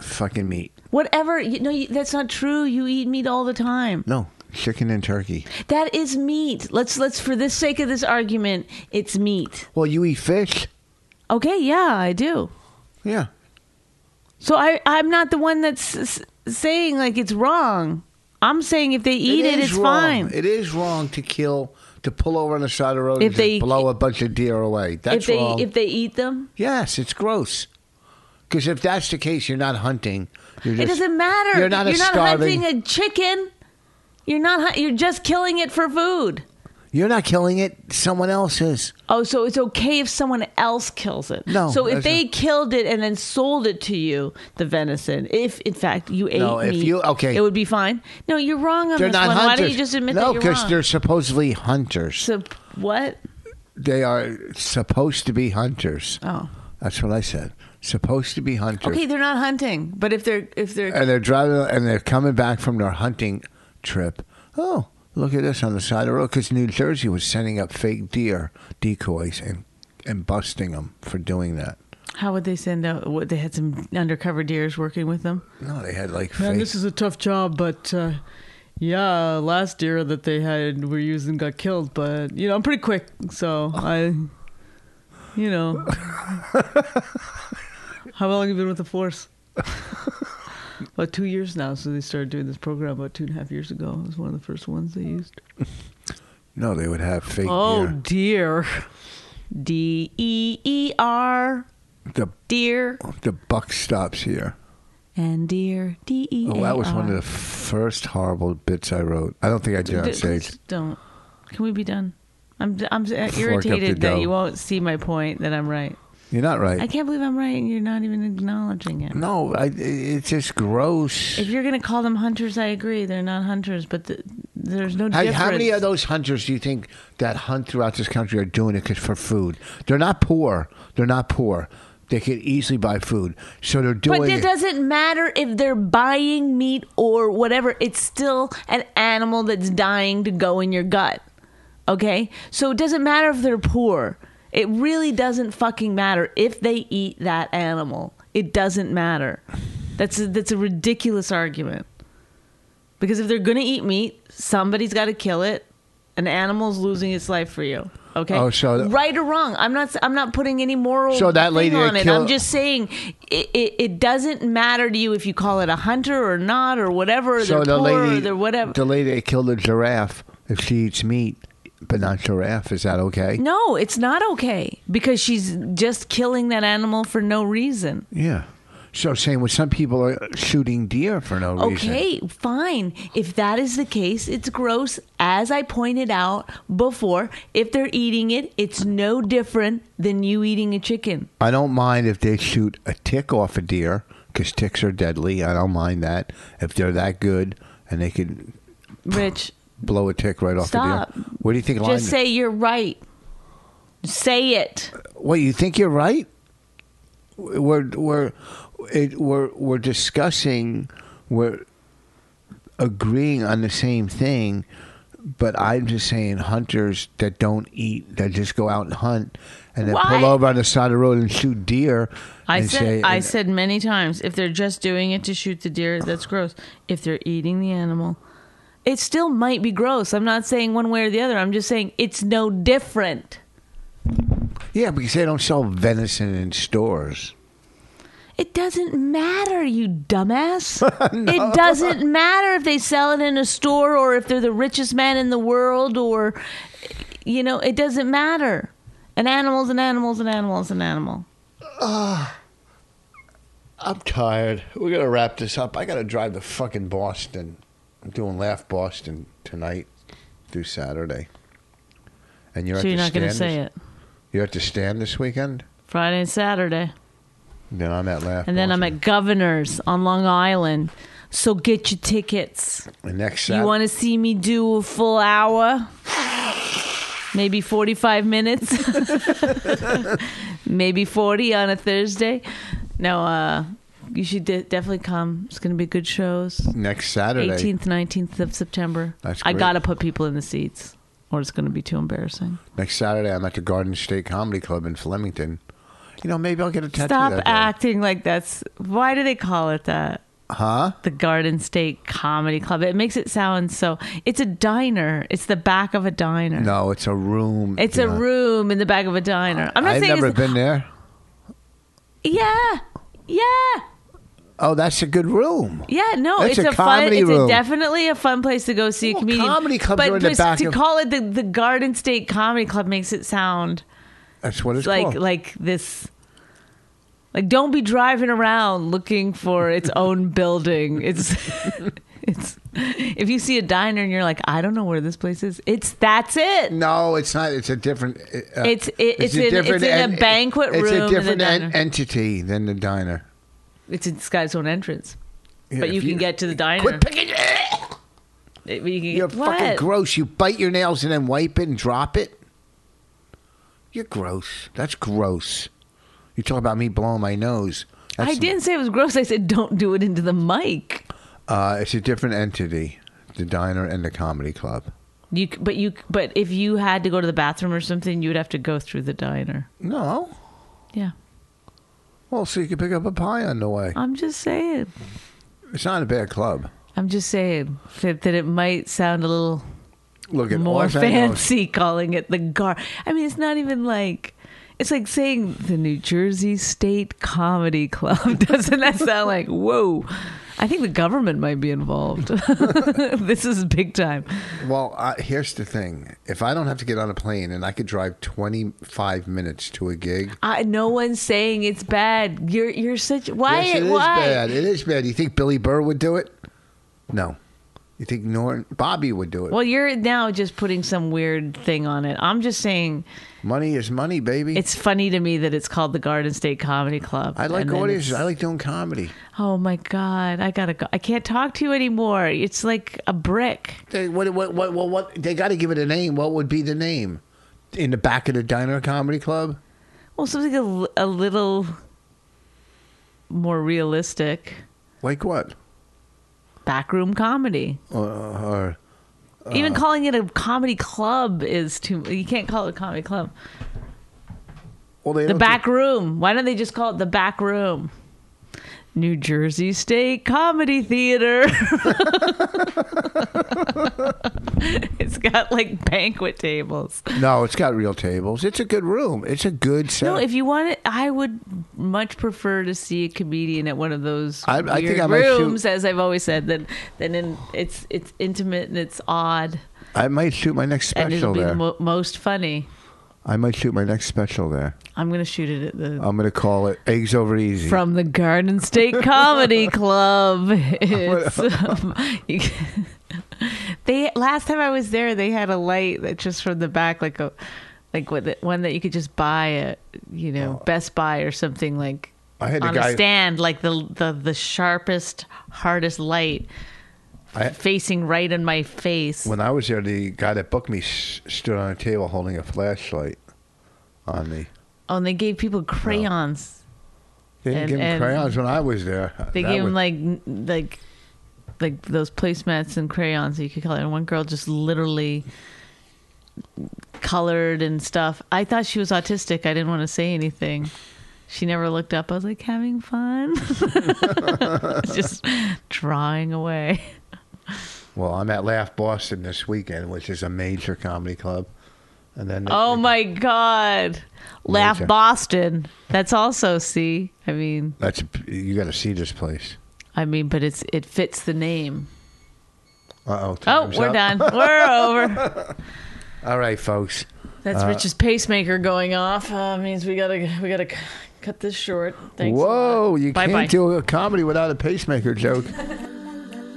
Speaker 2: fucking meat.
Speaker 4: Whatever. You, no, you, that's not true. You eat meat all the time.
Speaker 2: No, chicken and turkey.
Speaker 4: That is meat. Let's let's for the sake of this argument, it's meat.
Speaker 2: Well, you eat fish.
Speaker 4: Okay. Yeah, I do.
Speaker 2: Yeah.
Speaker 4: So I, I'm not the one that's s- saying like it's wrong. I'm saying if they eat it,
Speaker 2: is
Speaker 4: it's
Speaker 2: wrong.
Speaker 4: fine.
Speaker 2: It is wrong to kill, to pull over on the side of the road
Speaker 4: If
Speaker 2: and
Speaker 4: they-
Speaker 2: just blow a bunch of deer away. That's
Speaker 4: if they
Speaker 2: wrong.
Speaker 4: if they eat them,
Speaker 2: yes, it's gross. Because if that's the case, you're not hunting. You're
Speaker 4: it
Speaker 2: just-
Speaker 4: doesn't matter.
Speaker 2: You're not a starving.
Speaker 4: hunting a chicken. You're not. hun- You're just killing it for food.
Speaker 2: you're not killing it. Someone else is.
Speaker 4: Oh, so it's okay if someone else kills it.
Speaker 2: No,
Speaker 4: So if
Speaker 2: that's
Speaker 4: they
Speaker 2: not-
Speaker 4: killed it and then sold it to you, the venison, if in fact you ate
Speaker 2: No, if
Speaker 4: meat,
Speaker 2: you- okay.
Speaker 4: it would be fine. No, you're wrong on
Speaker 2: They're
Speaker 4: this
Speaker 2: not
Speaker 4: one.
Speaker 2: hunters.
Speaker 4: Why don't you just admit
Speaker 2: no,
Speaker 4: that you're wrong?
Speaker 2: they're supposedly hunters.
Speaker 4: So what?
Speaker 2: they are supposed to be hunters.
Speaker 4: Oh.
Speaker 2: That's what I said. Supposed to be hunters.
Speaker 4: Okay, they're not hunting, but if they're if they're
Speaker 2: and they're driving and they're coming back from their hunting trip. Oh, look at this on the side of the road because New Jersey was sending up fake deer decoys and and busting them for doing that.
Speaker 4: How would they send out? What, they had some undercover deers working with them.
Speaker 2: No, they had like
Speaker 3: Man,
Speaker 2: fake.
Speaker 3: this is a tough job, but uh, yeah, last deer that they had were using got killed, but you know, I'm pretty quick, so I, you know. How long have you been with the force? about two years now, so they started doing this program about two and a half years ago. It was one of the first ones they used.
Speaker 2: no, they would have fake
Speaker 3: Oh
Speaker 2: deer.
Speaker 3: dear.
Speaker 4: D E E R
Speaker 2: The
Speaker 4: deer
Speaker 2: the buck stops here.
Speaker 4: and deer D E.
Speaker 2: Oh, that was one of the first horrible bits I wrote. I don't think I did on stage.
Speaker 4: Don't. Can we be done? I'm I'm
Speaker 2: up
Speaker 4: irritated
Speaker 2: the
Speaker 4: that
Speaker 2: dough.
Speaker 4: you won't see my point that I'm right.
Speaker 2: You're not
Speaker 4: I
Speaker 2: right.
Speaker 4: can't believe I'm right and you're not even acknowledging it.
Speaker 2: No, I, it's just gross.
Speaker 4: If you're gonna call them hunters, I agree. They're not hunters, but the, there's no
Speaker 2: How,
Speaker 4: difference.
Speaker 2: how many of those hunters do you think that hunt throughout this country are doing it 'cause for food? They're not poor. They're not poor. They could easily buy food, so they're doing.
Speaker 4: But it
Speaker 2: it.
Speaker 4: doesn't matter if they're buying meat or whatever. It's still an animal that's dying to go in your gut. Okay? So it doesn't matter if they're poor. It really doesn't fucking matter if they eat that animal. It doesn't matter. That's a, that's a ridiculous argument. Because if they're going to eat meat, somebody's got to kill it. An animal's losing its life for you. Okay.
Speaker 2: Oh, so-
Speaker 4: right or wrong, I'm not. I'm not putting any moral
Speaker 2: So that
Speaker 4: thing
Speaker 2: lady that
Speaker 4: on it.
Speaker 2: killed-
Speaker 4: I'm just saying it, it, it doesn't matter to you if you call it a hunter or not or whatever. Or
Speaker 2: so
Speaker 4: they're
Speaker 2: the
Speaker 4: poor
Speaker 2: lady,
Speaker 4: or they're whatever.
Speaker 2: the lady that killed a giraffe. If she eats meat, but not giraffe, is that okay?
Speaker 4: no, it's not okay because she's just killing that animal for no reason.
Speaker 2: Yeah. So saying, well, some people are shooting deer for no reason.
Speaker 5: Okay, fine. If that is the case, it's gross. As I pointed out before, if they're eating it, it's no different than you eating a chicken.
Speaker 2: I don't mind if they shoot a tick off a deer because ticks are deadly. I don't mind that if they're that good and they can
Speaker 5: Rich,
Speaker 2: blow a tick right off
Speaker 5: Stop.
Speaker 2: the deer. What do you think?
Speaker 5: just
Speaker 2: Lyndon-
Speaker 5: say you're right. Say it.
Speaker 2: What you think you're right? We're we're it, we're we're discussing we're agreeing on the same thing, but I'm just saying hunters that don't eat that just go out and hunt and then
Speaker 5: Why?
Speaker 2: pull over on the side of the road and shoot deer.
Speaker 4: I
Speaker 2: and
Speaker 4: said
Speaker 2: say,
Speaker 4: I
Speaker 2: and-
Speaker 4: said many times if they're just doing it to shoot the deer, that's gross. If they're eating the animal,
Speaker 5: It still might be gross. I'm not saying one way or the other. I'm just saying it's no different.
Speaker 2: yeah, because they don't sell venison in stores.
Speaker 5: It doesn't matter, you dumbass. It doesn't matter if they sell it in a store or if they're the richest man in the world or, you know, it doesn't matter.
Speaker 4: an animal's an animal's an animal's an animal.
Speaker 2: I'm tired. We're gonna wrap this up. I gotta drive to fucking Boston. I'm doing Laugh Boston tonight through Saturday. And you're
Speaker 4: So
Speaker 2: at
Speaker 4: you're
Speaker 2: the
Speaker 4: not going to
Speaker 2: stand
Speaker 4: say
Speaker 2: this-
Speaker 4: it.
Speaker 2: You're at the stand this weekend.
Speaker 4: Friday and Saturday,
Speaker 2: Then I'm at Laugh.
Speaker 4: and then I'm at Governor's on Long Island. So get your tickets.
Speaker 2: at next
Speaker 4: You
Speaker 2: Saturday.
Speaker 4: want to see me do a full hour? Maybe 45 minutes. Maybe 40 on a Thursday. No, uh, you should de- definitely come. It's going to be good shows.
Speaker 2: next Saturday.
Speaker 4: 18th, 19th of September.
Speaker 2: That's
Speaker 4: I
Speaker 2: great.
Speaker 4: got to put people in the seats or it's going to be too embarrassing.
Speaker 2: Next Saturday, I'm at the Garden State Comedy Club in Flemington. You know, maybe I'll get a tattoo.
Speaker 4: Stop
Speaker 2: that day.
Speaker 4: acting like that's. Why do they call it that?
Speaker 2: Huh?
Speaker 4: The Garden State Comedy Club. It makes it sound so. It's a diner. It's the back of a diner.
Speaker 2: No, it's a room.
Speaker 4: It's a
Speaker 2: Yeah.
Speaker 4: room in the back of a diner. I'm not
Speaker 2: I've
Speaker 4: saying
Speaker 2: never
Speaker 4: it's,
Speaker 2: been there.
Speaker 4: Yeah. Yeah.
Speaker 2: Oh, that's a good room.
Speaker 4: Yeah, no,
Speaker 2: That's
Speaker 4: it's
Speaker 2: a
Speaker 4: a, fun
Speaker 2: comedy
Speaker 4: it's a
Speaker 2: room.
Speaker 4: definitely a fun place to go see a
Speaker 2: Well,
Speaker 4: comedian.
Speaker 2: comedy clubs
Speaker 4: but
Speaker 2: are in the
Speaker 4: just
Speaker 2: back
Speaker 4: to
Speaker 2: of-
Speaker 4: call it the, the Garden State Comedy Club makes it sound
Speaker 2: That's what it's
Speaker 4: like
Speaker 2: called.
Speaker 4: like this like don't be driving around looking for its own building. It's it's if you see a diner and you're like, I don't know where this place is, it's that's it.
Speaker 2: No, it's not. It's a different. Uh,
Speaker 4: It's- it- it's in- it's in a banquet
Speaker 2: It's
Speaker 4: room in
Speaker 2: a
Speaker 4: the
Speaker 2: different en-
Speaker 4: diner.
Speaker 2: entity than the diner.
Speaker 4: It's its guy's own entrance.
Speaker 2: Yeah,
Speaker 4: but
Speaker 2: if
Speaker 4: you can get to the diner.
Speaker 2: Quit picking.
Speaker 4: It- you can-
Speaker 2: You're fucking
Speaker 4: What?
Speaker 2: gross. You bite your nails and then wipe it and drop it. You're gross. That's gross. You talk about me blowing my nose. That's,
Speaker 4: I didn't say it was gross. I said don't do it into the mic.
Speaker 2: Uh, it's a different entity, the diner and the comedy club.
Speaker 4: You, c- but you, c- but if you had to go to the bathroom or something, you would have to go through the diner.
Speaker 2: No.
Speaker 4: Yeah,
Speaker 2: Well, so you can pick up a pie on the way.
Speaker 4: I'm just saying.
Speaker 2: It's not a bad club.
Speaker 4: I'm just saying that, that it might sound a little
Speaker 2: Look at
Speaker 4: more
Speaker 2: all I know is-
Speaker 4: fancy calling it the gar. I mean, it's not even like it's like saying the New Jersey State Comedy Club. Doesn't that sound like whoa? I think the government might be involved. this is big time.
Speaker 2: Well, I, here's the thing: if I don't have to get on a plane and I could drive 25 minutes to a gig,
Speaker 4: I, no one's saying it's bad. You're you're such why
Speaker 2: yes, it is
Speaker 4: why
Speaker 2: bad. It is bad. You think Billy Burr would do it? No. You think Norton Bobby would do it?
Speaker 4: Well, you're now just putting some weird thing on it. I'm just saying
Speaker 2: Money is money, baby.
Speaker 4: it's funny to me that it's called the Garden State Comedy Club.
Speaker 2: I like
Speaker 4: And then
Speaker 2: audiences.
Speaker 4: it's-
Speaker 2: I like doing comedy.
Speaker 4: Oh my god, I gotta go. I can't talk to you anymore. It's like a brick.
Speaker 2: They, what, what, what, what, what, they got to give it a name. What would be the name? In the back of the diner comedy club?
Speaker 4: Well, something a, l- a little more realistic.
Speaker 2: Like what?
Speaker 4: Backroom comedy.
Speaker 2: Or, or
Speaker 4: Even calling it a comedy club is too. You can't call it a comedy club.
Speaker 2: well, they
Speaker 4: The
Speaker 2: don't
Speaker 4: back room. Why don't they just call it the back room? New Jersey State Comedy Theater. it's got like banquet tables.
Speaker 2: Do, no, it's got real tables. It's a good room. It's a good set.
Speaker 4: No, if you want it, I would much prefer to see a comedian at one of those
Speaker 2: I- I
Speaker 4: weird
Speaker 2: think I might shoot-
Speaker 4: rooms, as I've always said. Than than in it's it's intimate and it's odd,
Speaker 2: I might shoot my next
Speaker 4: and it'll
Speaker 2: special
Speaker 4: be
Speaker 2: there.
Speaker 4: the mo- most funny.
Speaker 2: I might shoot my next special there.
Speaker 4: I'm gonna shoot it at the
Speaker 2: I'm going to call it Eggs Over Easy.
Speaker 4: from the Garden State Comedy Club. It's, um, you can- they last time I was there, they had a light that just from the back, like a like with it, one that you could just buy at you know Best Buy or something like
Speaker 2: Oh. I had a
Speaker 4: on
Speaker 2: guy-
Speaker 4: a stand, like the the the sharpest, hardest light
Speaker 2: I-
Speaker 4: facing right in my face.
Speaker 2: when I was there, the guy that booked me s- stood on a table holding a flashlight on me.
Speaker 4: Oh, and they gave people crayons.
Speaker 2: They didn't
Speaker 4: And-
Speaker 2: give him
Speaker 4: and-
Speaker 2: crayons when I was there.
Speaker 4: They
Speaker 2: That
Speaker 4: gave
Speaker 2: was-
Speaker 4: him like n- like like those placemats and crayons that you could color. And one girl just literally colored and stuff. I thought she was autistic. I didn't want to say anything. She never looked up. I was like having fun, just drawing away.
Speaker 2: Well, I'm at Laugh Boston this weekend, which is a major comedy club. And then
Speaker 4: Oh my god! Laugh
Speaker 2: Major.
Speaker 4: Boston. That's also see. I mean,
Speaker 2: That's you got to see this place.
Speaker 4: I mean, but it's it fits the name.
Speaker 2: Uh oh.
Speaker 4: Oh, we're done. We're over.
Speaker 2: All right, folks.
Speaker 4: That's
Speaker 2: Uh,
Speaker 4: Rich's pacemaker going off. Uh, means we gotta we gotta c- cut this short. Thanks. a
Speaker 2: Whoa,
Speaker 4: lot.
Speaker 2: you
Speaker 4: Bye-bye.
Speaker 2: can't do a comedy without a pacemaker joke.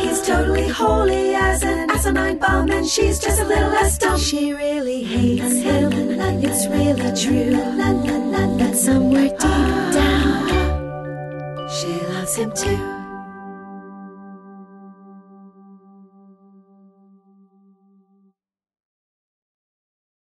Speaker 1: He's totally holy as an asinine bomb, and she's just a little less dumb. She really hates him, it's really true. But somewhere deep down, she loves him too.